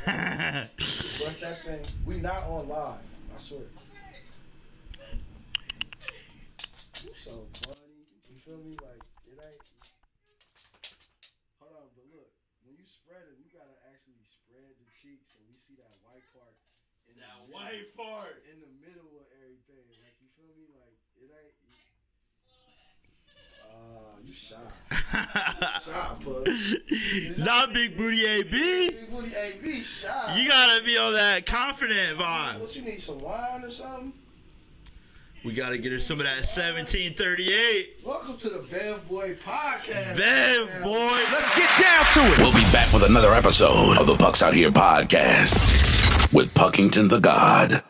Speaker 3: What's that thing? We not on live. I swear. You so funny. You feel me? Like it ain't. Hold on, but look, when you spread it, you gotta actually spread the cheeks so we see that white part. In the middle-
Speaker 2: part.
Speaker 3: in the middle of everything. Like you feel me? Like it ain't. Ah, you shy. shy, puss.
Speaker 2: Not big booty AB.
Speaker 3: Big booty AB shy.
Speaker 2: You gotta be on that confident vibe.
Speaker 3: What you need? Some wine or something?
Speaker 2: We gotta get her some of that 1738.
Speaker 3: Welcome to the Bev Boy Podcast.
Speaker 2: Bev, boy.
Speaker 1: Let's get down to it. We'll be back with another episode of the Pucks Out Here podcast with Puckington the God.